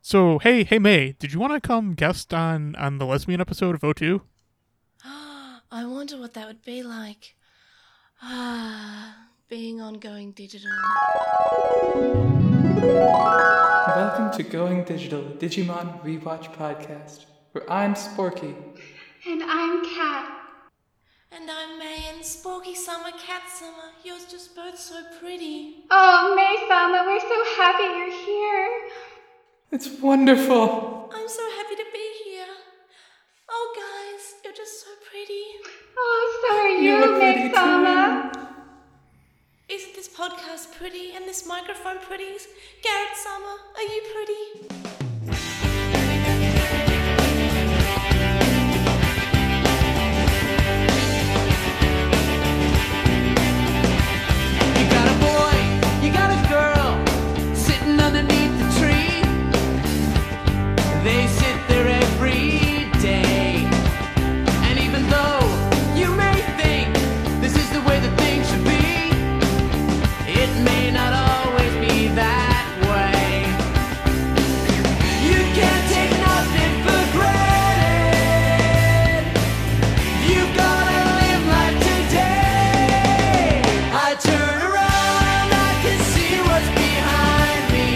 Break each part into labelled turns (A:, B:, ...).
A: So hey, hey May, did you want to come guest on on the lesbian episode of O2?
B: I wonder what that would be like. Ah, being on going digital.
C: Welcome to Going Digital Digimon Rewatch Podcast, where I'm Sporky.
D: And I'm Cat.
B: And I'm May and Sporky Summer, Cat Summer. Yours just both so pretty.
D: Oh, May Sama, we're so happy you're here.
C: It's wonderful!
B: I'm so happy to be here. Oh, guys, you're just so pretty.
D: Oh, so are
C: You
D: you,
C: look
D: May
C: pretty
D: Sama.
C: too.
B: Isn't this podcast pretty and this microphone pretty? Garrett Summer, are you pretty?
E: You got a boy, you got a girl, sitting underneath the tree. They sit there every day. And even though you may think this is the way that things should be, it may not always be that way. You can't take nothing for granted. You gotta live life today. I turn around, I can see what's behind me.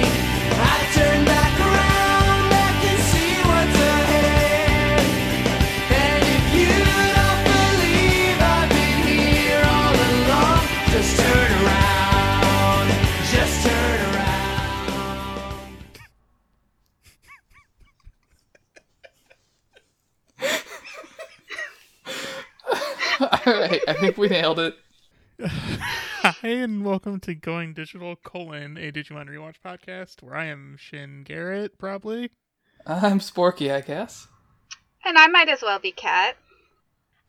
E: I turn back around, I can see what's ahead. And if you don't believe I've been here all along, just turn around, just turn around.
C: Alright, I think we nailed it.
A: Hi and welcome to Going Digital colon a Digimon rewatch podcast where I am Shin Garrett probably.
C: I'm Sporky, I guess.
F: And I might as well be Cat.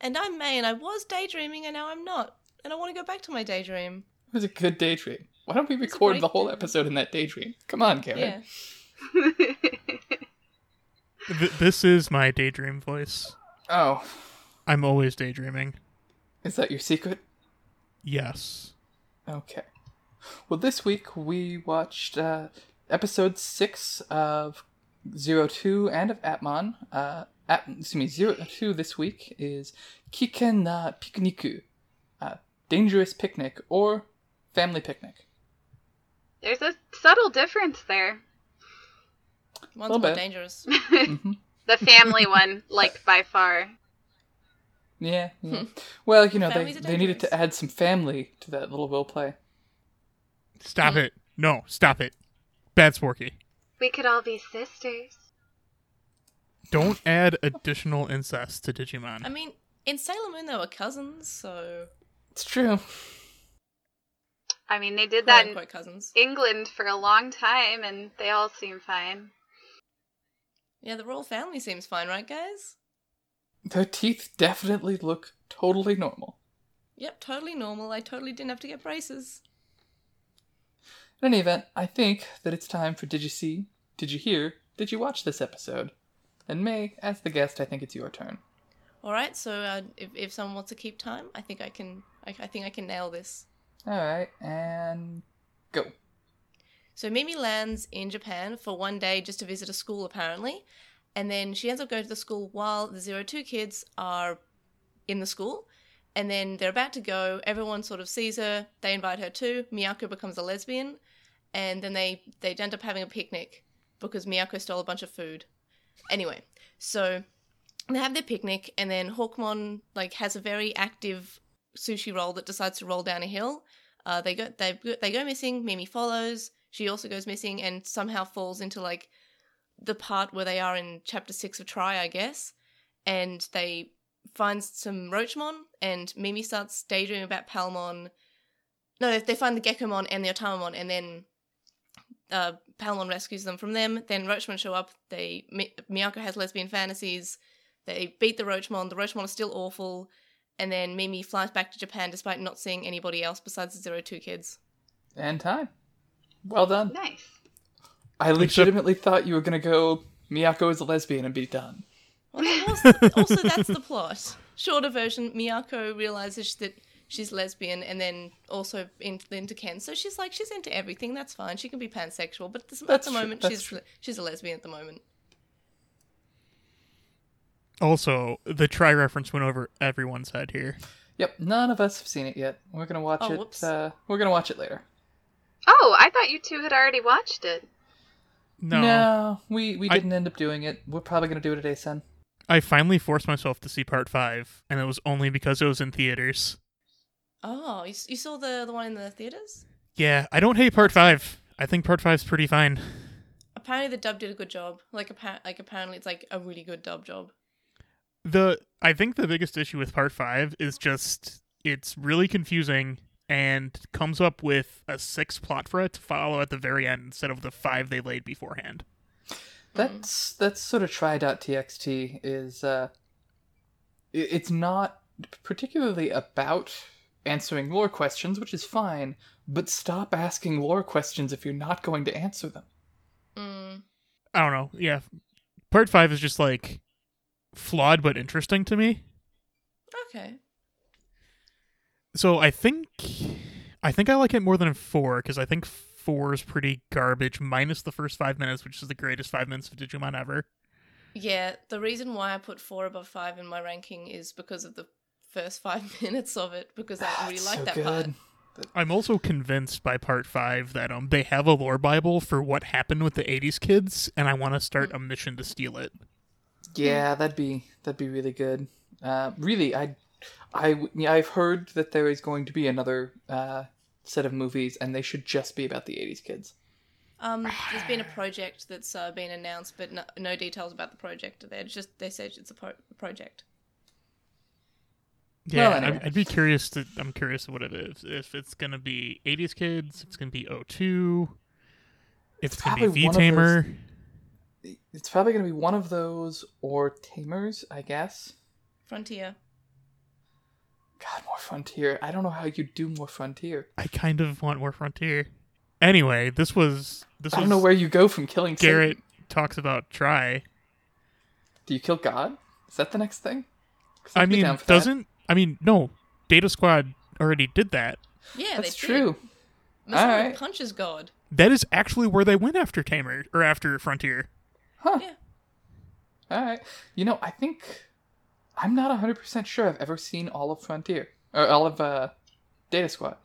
B: And I'm May, and I was daydreaming, and now I'm not. And I want to go back to my daydream.
C: It was a good daydream. Why don't we
B: It's a
C: record
B: great
C: the whole
B: day.
C: episode in that daydream? Come on, Garrett.
B: Yeah.
A: Th- this is my daydream voice.
C: Oh,
A: I'm always daydreaming.
C: is that your secret?
A: Yes.
C: Okay. Well, this week we watched uh, episode six of Zero Two and of Atmon. Uh, at, excuse me, Zero Two this week is Kiken na Pikniku, uh, Dangerous Picnic or Family Picnic.
F: There's a subtle difference there.
B: One's
C: Little
B: more
C: bit.
B: dangerous.
F: The family one, like by far.
C: Yeah. yeah. well, you know they,
B: Families are
C: they needed to
B: dangerous.
C: add some family to that little role play.
A: Stop it. No, stop it. Bad Sporky.
F: We could all be sisters.
A: Don't add additional incest to Digimon.
B: I mean, in Sailor Moon, they were cousins, so.
C: It's true.
F: I mean, they
B: Quote
F: did that in
B: unquote cousins.
F: England for a long time, and they all seem fine.
B: Yeah, the royal family seems fine, right, guys?
C: Their teeth definitely look totally normal.
B: Yep, totally normal. I totally didn't have to get braces.
C: In any event, I think that it's time for Did You See, Did You Hear, Did You Watch this episode? And May, as the guest, I think it's your turn.
B: All right, so uh, if, if someone wants to keep time, I think I can. I, I think I can nail this.
C: Alright, and go.
B: So Mimi lands in Japan for one day just to visit a school, apparently, and then she ends up going to the school while the zero two kids are in the school, and then they're about to go. Everyone sort of sees her. They invite her too. Miyako becomes a lesbian, and then they they end up having a picnic because Miyako stole a bunch of food. Anyway, so they have their picnic, and then Hawkmon like has a very active sushi roll that decides to roll down a hill. Uh, they go they go- they go missing. Mimi follows. She also goes missing and somehow falls into like the part where they are in chapter six of Try, I guess. And they find some Roachmon, and Mimi starts daydreaming about Palmon. No, they find the Geckomon and the Otamamon, and then uh, Palmon rescues them from them. Then Roachmon show up. They Mi- Miyako has lesbian fantasies. They beat the Roachmon. The Roachmon is still awful. And then Mimi flies back to Japan despite not seeing anybody else besides the Zero Two kids.
C: And time. Well done.
F: Nice.
C: I legitimately thought you were gonna go Miyako is a lesbian and be done.
B: Well, that was- also, that's the plot. Shorter version: Miyako realizes that she's lesbian and then also in, into Ken. So she's like she's into everything. That's fine. She can be pansexual, but this, at
C: That's
B: the
C: true,
B: moment
C: that's
B: she's
C: true.
B: she's a lesbian at the moment.
A: Also, the try reference went over everyone's head here.
C: Yep, none of us have seen it yet. We're gonna watch
B: Oh,
C: it.
B: whoops.
C: Uh, we're gonna watch it later.
F: Oh, I thought you two had already watched it.
A: No,
C: we we
A: I-
C: didn't end up doing it. We're probably gonna do it today, son.
A: I finally forced myself to see part five, and it was only because it was in theaters.
B: Oh, you, s- you saw the the one in the theaters?
A: Yeah, I don't hate part five. I think part five's pretty fine.
B: Apparently the dub did a good job. Like appa- like apparently it's like a really good dub job.
A: The I think the biggest issue with part five is just it's really confusing and comes up with a six plot for it to follow at the very end instead of the five they laid beforehand.
B: Mm-hmm.
C: That's that's sort of try.txt is uh i- it's not particularly about answering lore questions, which is fine, but stop asking lore questions if you're not going to answer them.
B: Mm.
A: I don't know. Yeah. Part five is just like flawed but interesting to me.
B: Okay.
A: So I think I think I like it more than four because I think four is pretty garbage, minus the first five minutes, which is the greatest five minutes of Digimon ever.
B: Yeah, the reason why I put four above five in my ranking is because of the first five minutes of it, because I really
C: It's
B: like
C: so
B: that
C: good.
B: part.
A: I'm also convinced by part five that um they have a lore bible for what happened with the '80s kids, and I want to start a mission to steal it.
C: Yeah, that'd be that'd be really good. Uh, really, I, I, yeah, I've heard that there is going to be another uh, set of movies, and they should just be about the '80s kids.
B: Um, there's been a project that's uh, been announced, but no, no details about the project are there. It's just they said it's a pro- project.
A: Yeah,
C: Well,
A: I'd-
C: anyway.
A: I'd, be curious to. I'm curious what it is. If it's gonna be '80s kids, if it's gonna be O2, if it's gonna
C: probably
A: be V
C: one of those-
A: Tamer.
C: It's probably going to be one of those or Tamers, I guess.
B: Frontier.
C: God, more Frontier. I don't know how you do more Frontier.
A: I kind of want more Frontier. Anyway, this was this
C: I
A: was
C: don't know where you go from killing Satan.
A: Garrett talks about try.
C: Do you kill God? Is that the next thing? 'Cause
A: I
C: I'd be
A: mean,
C: down for that.
A: doesn't I mean no? Data Squad already did that.
B: Yeah,
C: that's
B: they
C: true?
B: Did. Masaru
C: Alright.
B: punches God.
A: That is actually where they went after Tamer or after Frontier.
B: Yeah.
C: All right. You know, I think I'm not 100% sure I've ever seen all of Frontier or all of uh, Data Squad.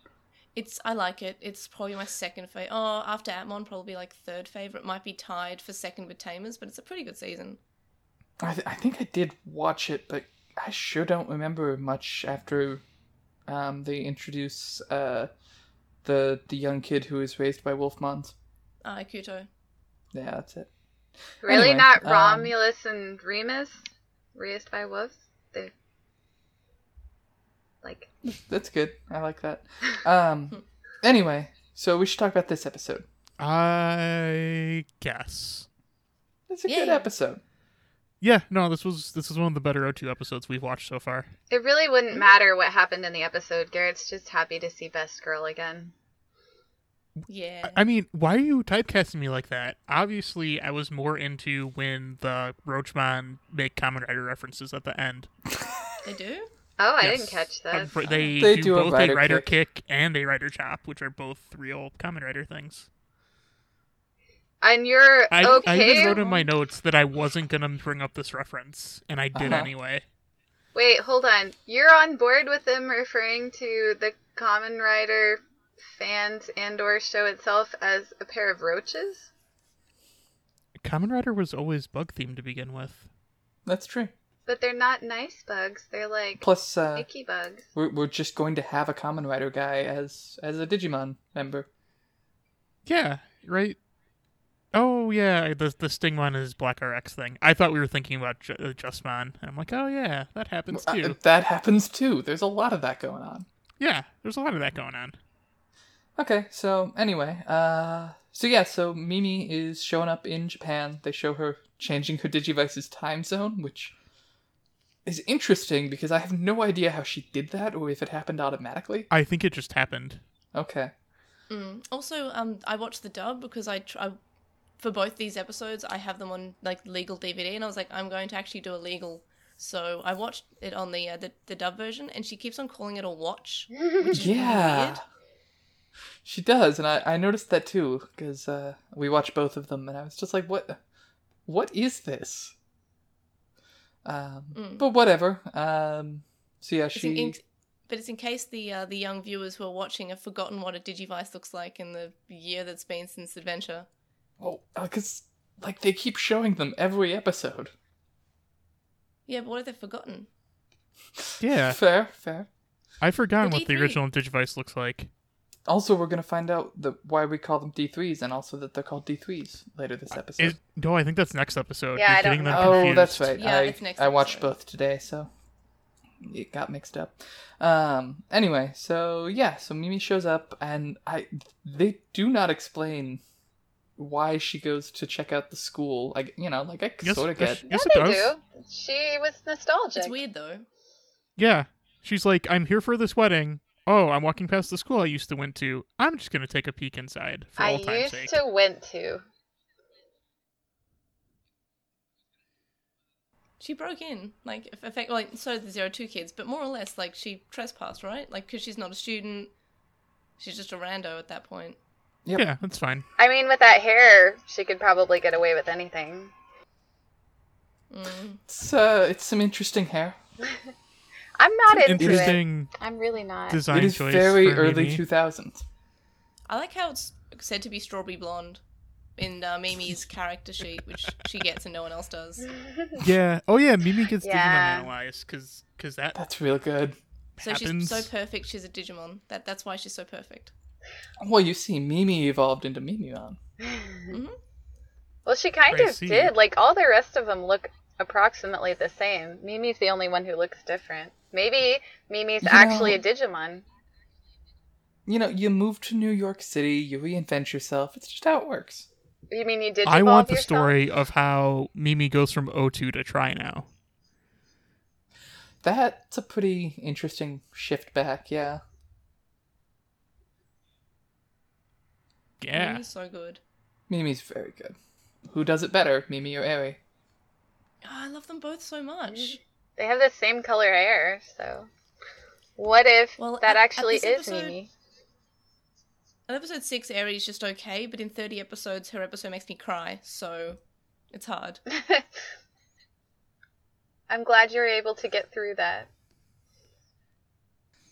B: It's I like it. It's probably my second favorite. Oh, after Atmon, probably like third favorite. Might be tied for second with Tamers, but it's a pretty good season.
C: I, th- I think I did watch it, but I sure don't remember much after um, they introduce uh, the the young kid who is raised by wolf mons.
B: Ah, Kuto.
C: Yeah, that's it.
F: Really,
C: Anyway,
F: not
C: um,
F: Romulus and Remus, raised by wolves. They like
C: That's good. I like that. Um, anyway, so we should talk about this episode.
A: I guess.
C: It's a
B: Yeah.
C: good episode.
A: Yeah, no, this was this is one of the better O2 episodes we've watched so far.
F: it really wouldn't
A: Mm.
F: matter what happened in the episode. Garrett's just happy to see Best Girl again.
B: Yeah.
A: I mean, why are you typecasting me like that? Obviously, I was more into when the Roachmon make Common Rider references at the end.
B: they do?
F: Oh, I
A: Yes.
F: didn't catch
A: Uh,
F: that.
A: br- They,
C: They
A: do,
C: do a
A: both
C: rider
A: a rider kick. and a rider chop, which are both real common rider things.
F: And you're
A: I, I
F: okay.
A: even wrote in my notes that I wasn't gonna bring up this reference, and I did
C: Uh-huh.
A: anyway.
F: Wait, hold on. You're on board with them referring to the Common Rider fans and/or show itself as a pair of roaches?
A: Common rider was always bug themed to begin with.
C: That's true.
F: But they're not nice bugs. They're like
C: Plus, uh,
F: icky bugs.
C: we're, we're just going to have a Common Rider guy as as a Digimon member.
A: Yeah, right. Oh yeah, the the sting one is Black RX thing. I thought we were thinking about Ju- uh, Justmon, and I'm like, oh yeah, that happens
C: Uh,
A: too.
C: that happens too. There's a lot of that going on.
A: yeah, there's a lot of that going on.
C: Okay, so anyway, uh, so yeah, so Mimi is showing up in Japan. They show her changing her Digivice's time zone, which is interesting because I have no idea how she did that or if it happened automatically.
A: I think it just happened.
C: Okay,
B: Mm. Also, um, I watched the dub because I, tr- I, for both these episodes, I have them on like legal DVD, and I was like, I'm going to actually do a legal
G: So I watched it on the, uh, the the dub version, and she keeps on calling it a watch.
C: Yeah.
G: weird.
C: She does, and I, I noticed that too because uh, we watched both of them, and I was just like, "What? What is this?" Um,
G: Mm.
C: But whatever. Um, so yeah,
G: It's
C: she.
G: in, in, but it's in case the uh, the young viewers who are watching have forgotten what a digivice looks like in the year that's been since Adventure.
C: Oh, because like they keep showing them every episode.
G: Yeah, but what if they've forgotten?
A: Yeah,
C: Fair, fair.
A: I forgotten
G: The
A: what the
G: D3.
A: original Digivice looks like.
C: Also, we're gonna find out the why we call them D threes, and also that they're called D threes later this episode.
A: Uh, Is, no, I think that's next episode.
F: Yeah,
A: You're
F: I don't
A: getting them
C: oh,
A: confused.
C: that's right.
G: Yeah,
C: I,
G: it's next
C: I watched
G: episode.
C: both today, so it got mixed up. Um. Anyway, so yeah, so Mimi shows up, and I they do not explain why she goes to check out the school. Like you know, like I
A: Yes,
C: sort of
A: yes,
C: get.
A: yes,
F: they
A: it does.
F: do. She was nostalgic.
G: It's weird though.
A: Yeah. She's like, I'm here for this wedding. Oh, I'm walking past the school I used to went to. I'm just gonna take a peek inside for
F: I
A: all time's
F: used
A: sake.
F: to went to.
G: She broke in, like, eff- effect, like, so did the zero two kids, but more or less, like, she trespassed, right? Like, because she's not a student, she's just a rando at that point.
C: Yep.
A: Yeah, that's fine.
F: I mean, with that hair, she could probably get away with anything.
G: Mm.
C: It's uh, it's some interesting hair.
F: I'm not into it.
A: Interesting
F: I'm really not.
A: design
C: it is
A: choice.
C: very
A: for
C: early
A: Mimi.
C: two thousands.
G: I like how it's said to be strawberry blonde in uh, Mimi's character sheet, which she gets and no one else does.
A: Yeah. Oh yeah, Mimi gets
F: Yeah.
A: Digimon analyzed because because that
C: That's real good.
G: So
A: happens.
G: she's so perfect, she's a Digimon. That That's why she's so perfect.
C: Well, you see, Mimi evolved into Mimimon.
F: Well, she kind
A: I
F: of
A: see.
F: did. Like all the rest of them look approximately the same. Mimi's the only one who looks different. Maybe Mimi's
C: You
F: actually
C: know-
F: a Digimon.
C: You know, you move to New York City, you reinvent yourself. It's just how it works.
F: You mean you did?
A: I want the story of how Mimi goes from O2 to Try Now.
C: That's a pretty interesting shift back, yeah.
A: Yeah.
G: Mimi's so good.
C: Mimi's very good. Who does it better, Mimi or Eri?
G: Oh, I love them both so much.
F: They have the same color hair, so what if
G: Well, at-
F: that
G: at
F: actually
G: this
F: is
G: episode-
F: Mimi?
G: And episode 6, Aries just okay, but in 30 episodes, her episode makes me cry, so it's hard.
F: I'm glad you were able to get through that.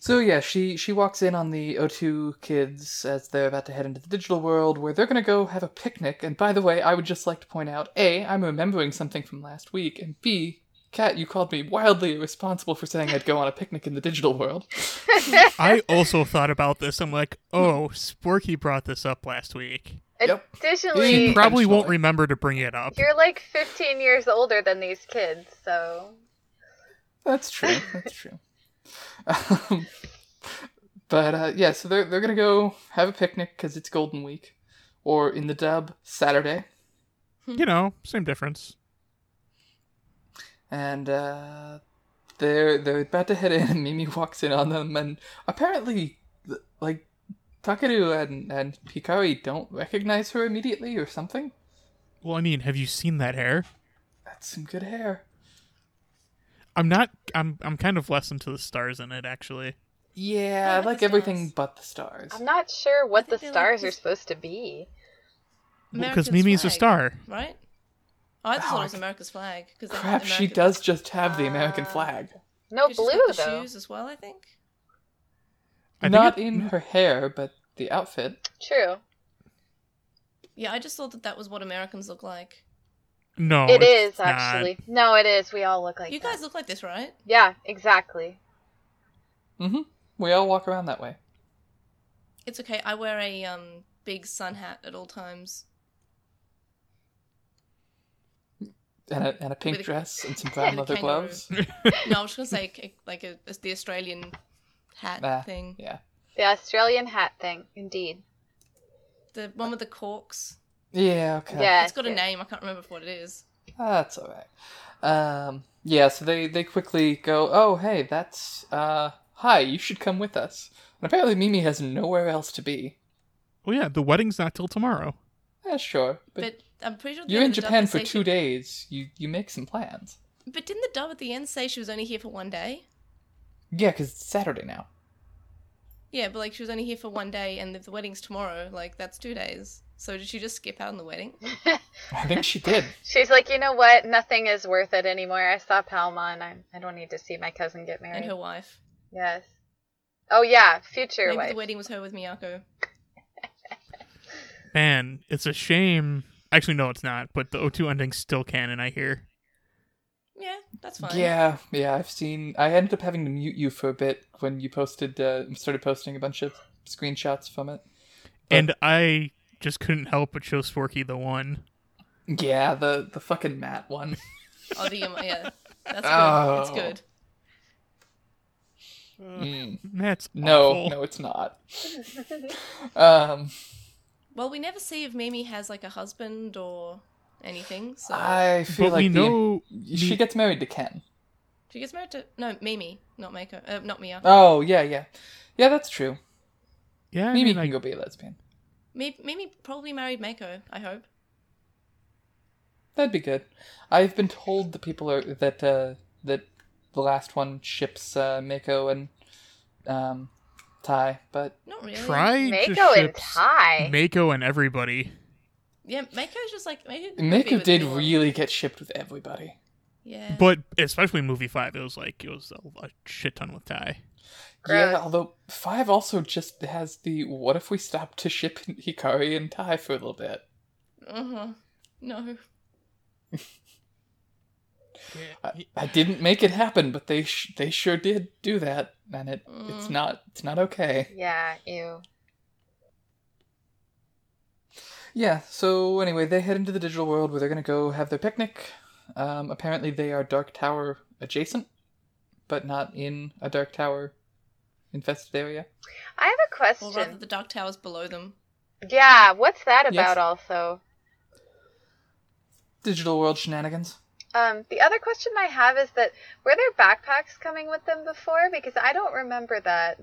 C: So yeah, she she walks in on the O2 kids as they're about to head into the digital world where they're gonna go have a picnic. And by the way, I would just like to point out: a, I'm remembering something from last week, and b, Kat, you called me wildly irresponsible for saying I'd go on a picnic in the digital world.
A: I also thought about this. I'm like, oh, Sporky brought this up last week.
C: Yep.
A: She
F: Additionally,
C: Pro-
A: probably won't
C: Intentionally.
A: remember to bring it up.
F: you're like 15 years older than these kids, so
C: That's true. That's true. Um, but uh, yeah, so they're they're gonna go have a picnic because it's Golden Week, or in the dub Saturday,
A: You know, same difference.
C: and uh, they're they're about to head in, and Mimi walks in on them, and apparently, like Takeru and and Hikari don't recognize her immediately or something.
A: Well, I mean, have you seen that hair?
C: That's some good hair.
A: I'm not. I'm. I'm kind of less into the stars in it, actually.
C: Yeah, I
G: I like the
C: like everything
G: stars.
C: but the stars.
F: I'm not sure what
G: think
F: the
G: they like
F: stars
G: this-
F: are supposed to be.
A: Because
G: America's
A: Mimi's a
G: flag,
A: star.
G: Right? Oh, I just
C: Oh,
G: thought
C: I-
G: it was America's flag. Cause they had
C: Crap, she
G: American-
C: does just have the American
F: Ah.
C: flag.
F: No
G: 'cause she's
F: blue
G: got the
F: though.
G: shoes as well, I think.
A: I think
C: Not
A: it-
C: in her hair, but the outfit.
F: True.
G: Yeah, I just thought that that was what Americans look like.
A: No,
F: it
A: it's
F: is
A: not.
F: actually. No, it is. We all look like
G: you
F: that.
G: guys look like this, right?
F: Yeah, exactly.
C: Mm-hmm. We all walk around that way.
G: It's okay. I wear a um big sun hat at all times.
C: And a, and a pink
G: With a-
C: dress and some brown
G: and a
C: leather
G: kangaroo.
C: gloves.
G: No, I was just gonna say a- like a, it's the Australian hat
C: Ah,
G: thing,
C: Yeah.
F: The Australian hat thing, indeed.
G: the one with the corks.
C: Yeah, okay.
F: Yeah.
G: It's got a
F: yeah.
G: name. I can't remember what it is.
C: That's all right. Um, yeah, so they, they quickly go, oh, hey, that's, uh, hi, you should come with us. And apparently Mimi has nowhere else to be.
A: Well, Oh, yeah, the wedding's not till tomorrow.
C: Yeah, sure. But,
G: But I'm pretty sure
C: you're in
G: the other
C: Japan
G: dub
C: for
G: they say
C: two
G: she-
C: days. You, you make some plans.
B: But didn't the dub at the end say she was only here for one day?
C: Yeah, because it's Saturday now.
B: Yeah, but like she was only here for one day, and if the wedding's tomorrow, like that's two days. So did she just skip out on the wedding?
C: I think she did.
F: She's like, you know what? Nothing is worth it anymore. I saw Palma, and I, I don't need to see my cousin get married.
B: And her wife.
F: yes. Oh yeah, future
B: Maybe
F: wife.
B: the wedding was her with Miyako.
A: Man, it's a shame. Actually, no, it's not. But the O2 ending's still canon. I hear.
B: Yeah, that's fine.
C: Yeah, yeah. I've seen. I ended up having to mute you for a bit when you posted, uh, started posting a bunch of screenshots from it.
A: and I just couldn't help but show Sporky the one.
C: Yeah, the the fucking Matt one.
B: Oh, the, yeah. That's good. It's
C: Oh.
B: good.
C: Mm.
A: That's
C: No,
A: awful.
C: no, it's not. um,
B: Well, we never see if Mimi has like a husband or anything. So
C: I feel
A: But
C: like
A: we
C: the-
A: know
C: she
A: the-
C: gets married to Ken.
B: she gets married to no Mimi, not Mako, uh, not Mia.
C: Oh yeah, yeah, yeah. That's true.
A: Yeah, I
C: Maybe you
A: mean,
C: can
A: like,
C: go be a lesbian.
B: Mi- Mimi probably married Mako. I hope.
C: That'd be good. I've been told the people are that uh, that the last one ships uh, Mako and um, Ty, but
B: Not really.
A: try
F: Mako
A: to
F: and
A: ship
F: Ty.
A: Mako and everybody.
B: Yeah, Mako's just like Mako. could be
C: Mako
B: with
C: did
B: anyone.
C: really get shipped with everybody.
B: Yeah.
A: But especially movie five, it was like it was a, a shit ton with Ty.
C: Yeah,
F: Gross.
C: although five also just has the what if we stop to ship Hikari and Ty for a little bit.
B: Uh huh. No.
C: I, I didn't make it happen, but they sh- they sure did do that, and it it's
B: Mm.
C: not it's not okay.
F: yeah, ew.
C: Yeah. So anyway, they head into the digital world where they're gonna go have their picnic. Um, apparently, they are Dark Tower adjacent, but not in a Dark Tower infested area.
F: I have a
B: Or rather,
F: question.
B: the dark towers below them.
F: Yeah, what's that
C: Yes.
F: about? Also,
C: Digital world shenanigans.
F: um, the other question I have is that were there backpacks coming with them before? Because I don't remember that.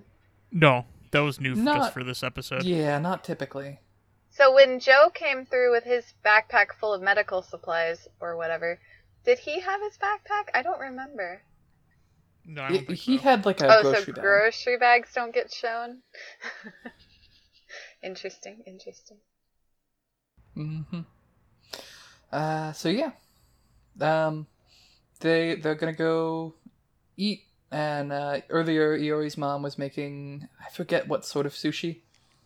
A: No, that was new f- just
C: Not-
A: for this episode.
C: Yeah, not typically.
F: So when Joe came through with his backpack full of medical supplies or whatever, did he have his backpack? I don't remember.
A: No, I don't
C: He-
A: think
C: he
A: so.
C: had like a
F: oh,
C: grocery
F: so
C: bag.
F: grocery bags don't get shown. interesting, interesting.
C: Mm-hmm. Uh, so yeah, um, they they're gonna go eat, and uh, earlier Iori's mom was making I forget what sort of sushi,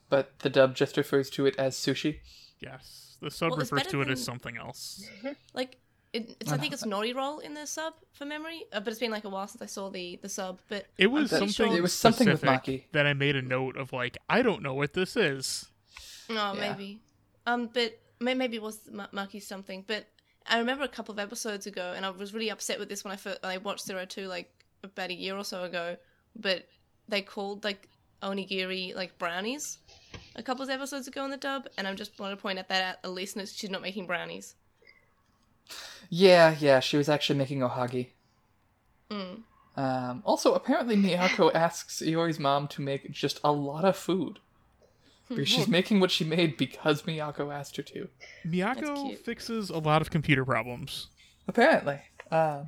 C: but the dub just refers to it as sushi.
A: yes, the sub
B: Well, it's
A: refers
B: better
A: to it as
B: than-
A: something else.
B: Like, it, it's, I think it's Naughty Roll in the sub for memory, uh, but it's been like a while since I saw the the sub. But
A: It was
B: pretty
A: something.
B: sure-
C: It was something with
A: specific
C: Maki.
A: that I made a note of. Like I don't know what this is.
B: No,
C: Yeah.
B: oh, maybe. Um, but may- maybe it was Ma- Maki something. But I remember a couple of episodes ago, and I was really upset with this when I first when I watched Zero Two like about a year or so ago. But they called like onigiri like brownies a couple of episodes ago in the dub, and I just want to point out that out at least she's not making brownies.
C: Yeah, yeah, she was actually making ohagi.
B: Mm.
C: Um, also, apparently Miyako asks Iori's mom to make just a lot of food. Because She's making what she made because Miyako asked her to.
A: Miyako
B: cute.
A: fixes a lot of computer problems.
C: Apparently. Um,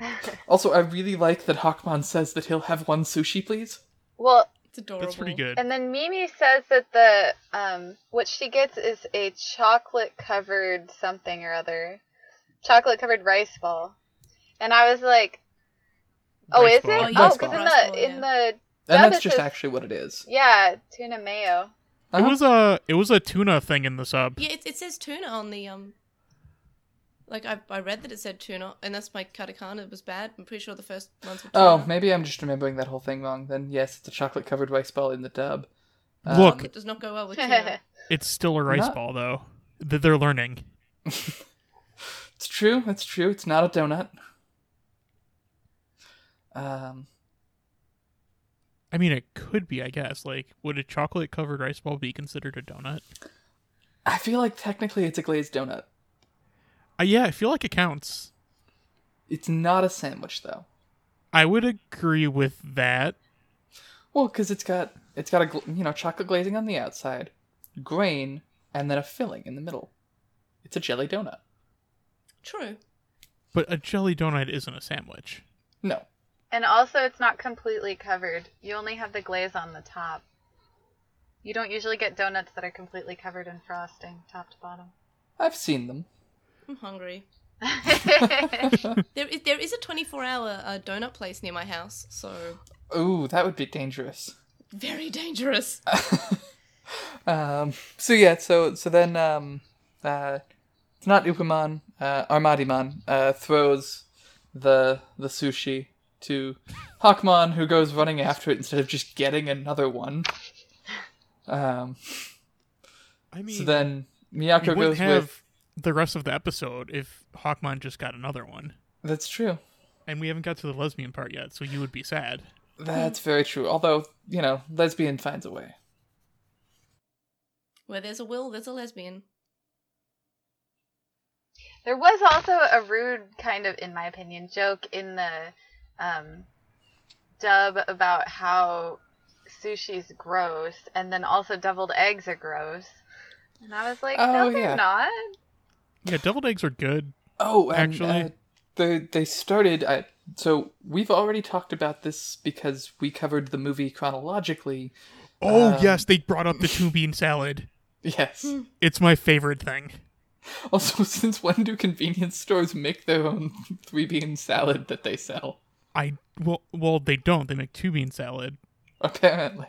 C: also, I really like that Hawkman says that he'll have one sushi, please.
F: Well,
B: It's adorable.
A: That's pretty good.
F: and then Mimi says that the um what she gets is a chocolate covered something or other. Chocolate covered rice ball. And I was like, "Oh,
A: Rice
F: is
A: ball.
F: it?
C: Oh,
F: Oh,
C: rice
F: cuz
C: ball.
F: in
B: Rice
F: the
B: ball,
F: in
B: yeah.
F: the
C: And
F: Yeah,
C: that's
F: this
C: just
F: is-
C: actually what it is.
F: yeah, tuna mayo.
A: It
C: Uh-huh.
A: was a it was a tuna thing in the sub.
B: Yeah, it, it says tuna on the um. Like I, I read that it said tuna, and that's my katakana was bad. I'm pretty sure the first ones were tuna.
C: Oh, maybe I'm just remembering that whole thing wrong. Then yes, it's a chocolate covered rice ball in the dub. Um,
A: Look.
B: it does not go well with tuna.
A: It's still a rice
C: Not-
A: ball though. That they're learning.
C: it's true. It's true. It's not a donut. Um,
A: I mean, it could be, I guess. Like, would a chocolate covered rice ball be considered a donut?
C: I feel like technically it's a glazed donut.
A: Uh, yeah, I feel like it counts.
C: It's not a sandwich though.
A: I would agree with that.
C: Well, because it's got it's got a gl- you know chocolate glazing on the outside, grain, and then a filling in the middle. It's a jelly donut.
B: True.
A: But a jelly donut isn't a sandwich.
C: No.
F: And also, it's not completely covered. You only have the glaze on the top. You don't usually get donuts that are completely covered in frosting, top to bottom.
C: I've seen them.
B: I'm hungry. There is there is a 24 hour uh, donut place near my house, so
C: Ooh, that would be dangerous.
B: very dangerous.
C: Um, so yeah, so so then um, uh, it's not Upaman, uh, Armadiman uh, throws the the sushi to Hakuman, who goes running after it instead of just getting another one. Um,
A: I mean,
C: so then Miyako
A: we wouldn't
C: goes
A: have
C: with.
A: the rest of the episode if Hawkman just got another one.
C: That's true.
A: And we haven't got to the lesbian part yet, so you would be sad.
C: That's very true. Although you know, lesbian finds a way.
B: Where there's a will, there's a lesbian.
F: There was also a rude kind of, in my opinion, joke in the um, dub about how sushi's gross, and then also deviled eggs are gross. And I was like, no,
C: Oh,
F: they're
C: yeah.
F: not.
A: Yeah, deviled eggs are good.
C: Oh, and,
A: Actually-
C: uh, they they started. I, so we've already talked about this because we covered the movie chronologically.
A: Oh,
C: Um,
A: yes, they brought up the two bean salad.
C: Yes.
A: It's my favorite thing.
C: Also, since when do convenience stores make their own three bean salad that they sell?
A: I well, well, they don't. They make two bean salad.
C: Apparently.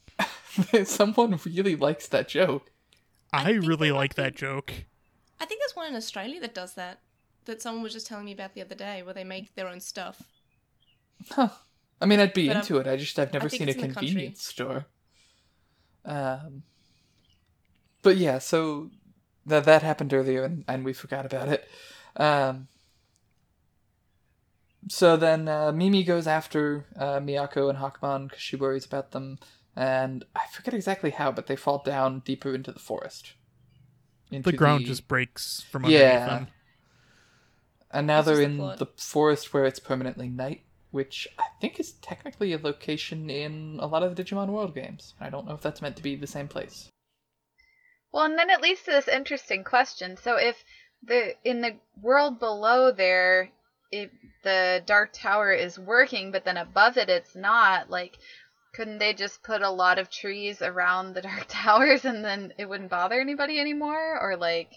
C: Someone really likes that joke.
A: I,
B: think
A: really
B: they
A: like
B: must be-
A: that joke.
B: I think there's one in Australia that does that. That someone was just telling me about the other day, where they make their own stuff.
C: Huh. I mean, I'd be
B: But, um,
C: into it. I just I've never
B: I think
C: seen a
B: it's in the country.
C: convenience store. Um. But yeah, so that that happened earlier, and, and we forgot about it. Um. So then uh, Mimi goes after uh, Miyako and Hakuman because she worries about them, and I forget exactly how, but they fall down deeper into the forest. Into
A: The ground just breaks from underneath
C: Yeah.
A: them.
C: and now
B: This is
C: they're
B: the
C: in
B: plot.
C: the forest where it's permanently night, which I think is technically a location in a lot of the Digimon World games. I don't know if that's meant to be the same place.
F: Well, and then it leads to this interesting question. So, if the in the world below there, if the dark tower is working, but then above it, it's not. Like, couldn't they just put a lot of trees around the dark towers, and then it wouldn't bother anybody anymore? Or like,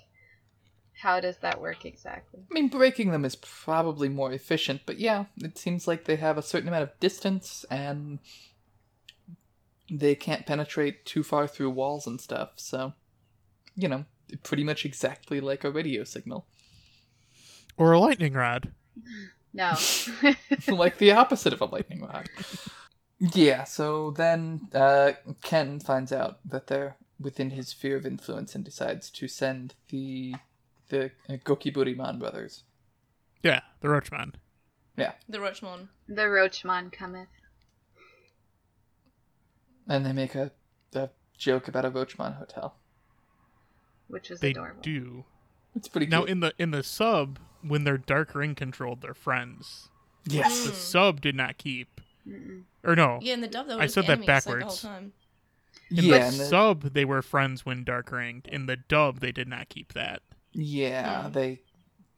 F: how does that work exactly?
C: I mean, breaking them is probably more efficient, but yeah, it seems like they have a certain amount of distance and they can't penetrate too far through walls and stuff, so, you know, pretty much exactly like a radio signal.
A: Or a lightning rod.
F: No.
C: like the opposite of a lightning rod. Yeah, so then uh, Ken finds out that they're within his sphere of influence and decides to send the the uh, Gokiburiman brothers.
A: Yeah, the Roachman.
B: The Roachmon.
F: the Roachmon cometh.
C: And they make a, a joke about a Roachmon hotel.
F: Which was
A: They
F: adorable.
A: do.
C: It's pretty
A: Now
C: cute.
A: in the in the sub, when they're dark ring controlled, they're friends.
C: yes.
A: The sub did not keep.
F: Mm-mm.
A: Or no.
B: Yeah, in the dub though.
A: I
B: was
A: said
B: the
A: that
B: enemies, like, the whole
A: backwards.
B: time.
A: In
C: yeah,
A: the
C: and the-
A: sub they were friends when dark ringed. In the dub they did not keep that.
C: yeah, they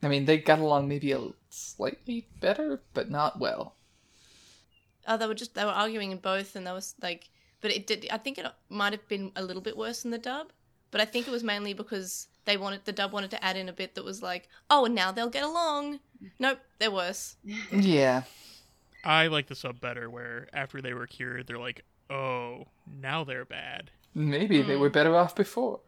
C: I mean, they got along maybe a slightly better, but not well.
B: Oh, they were just they were arguing in both, and that was like, but it did. I think it might have been a little bit worse than the dub, but I think it was mainly because they wanted the dub wanted to add in a bit that was like, oh, and now they'll get along. Nope, they're worse.
C: Yeah.
A: I like the sub better where after they were cured they're like, Oh, now they're bad.
C: Maybe they were better off before.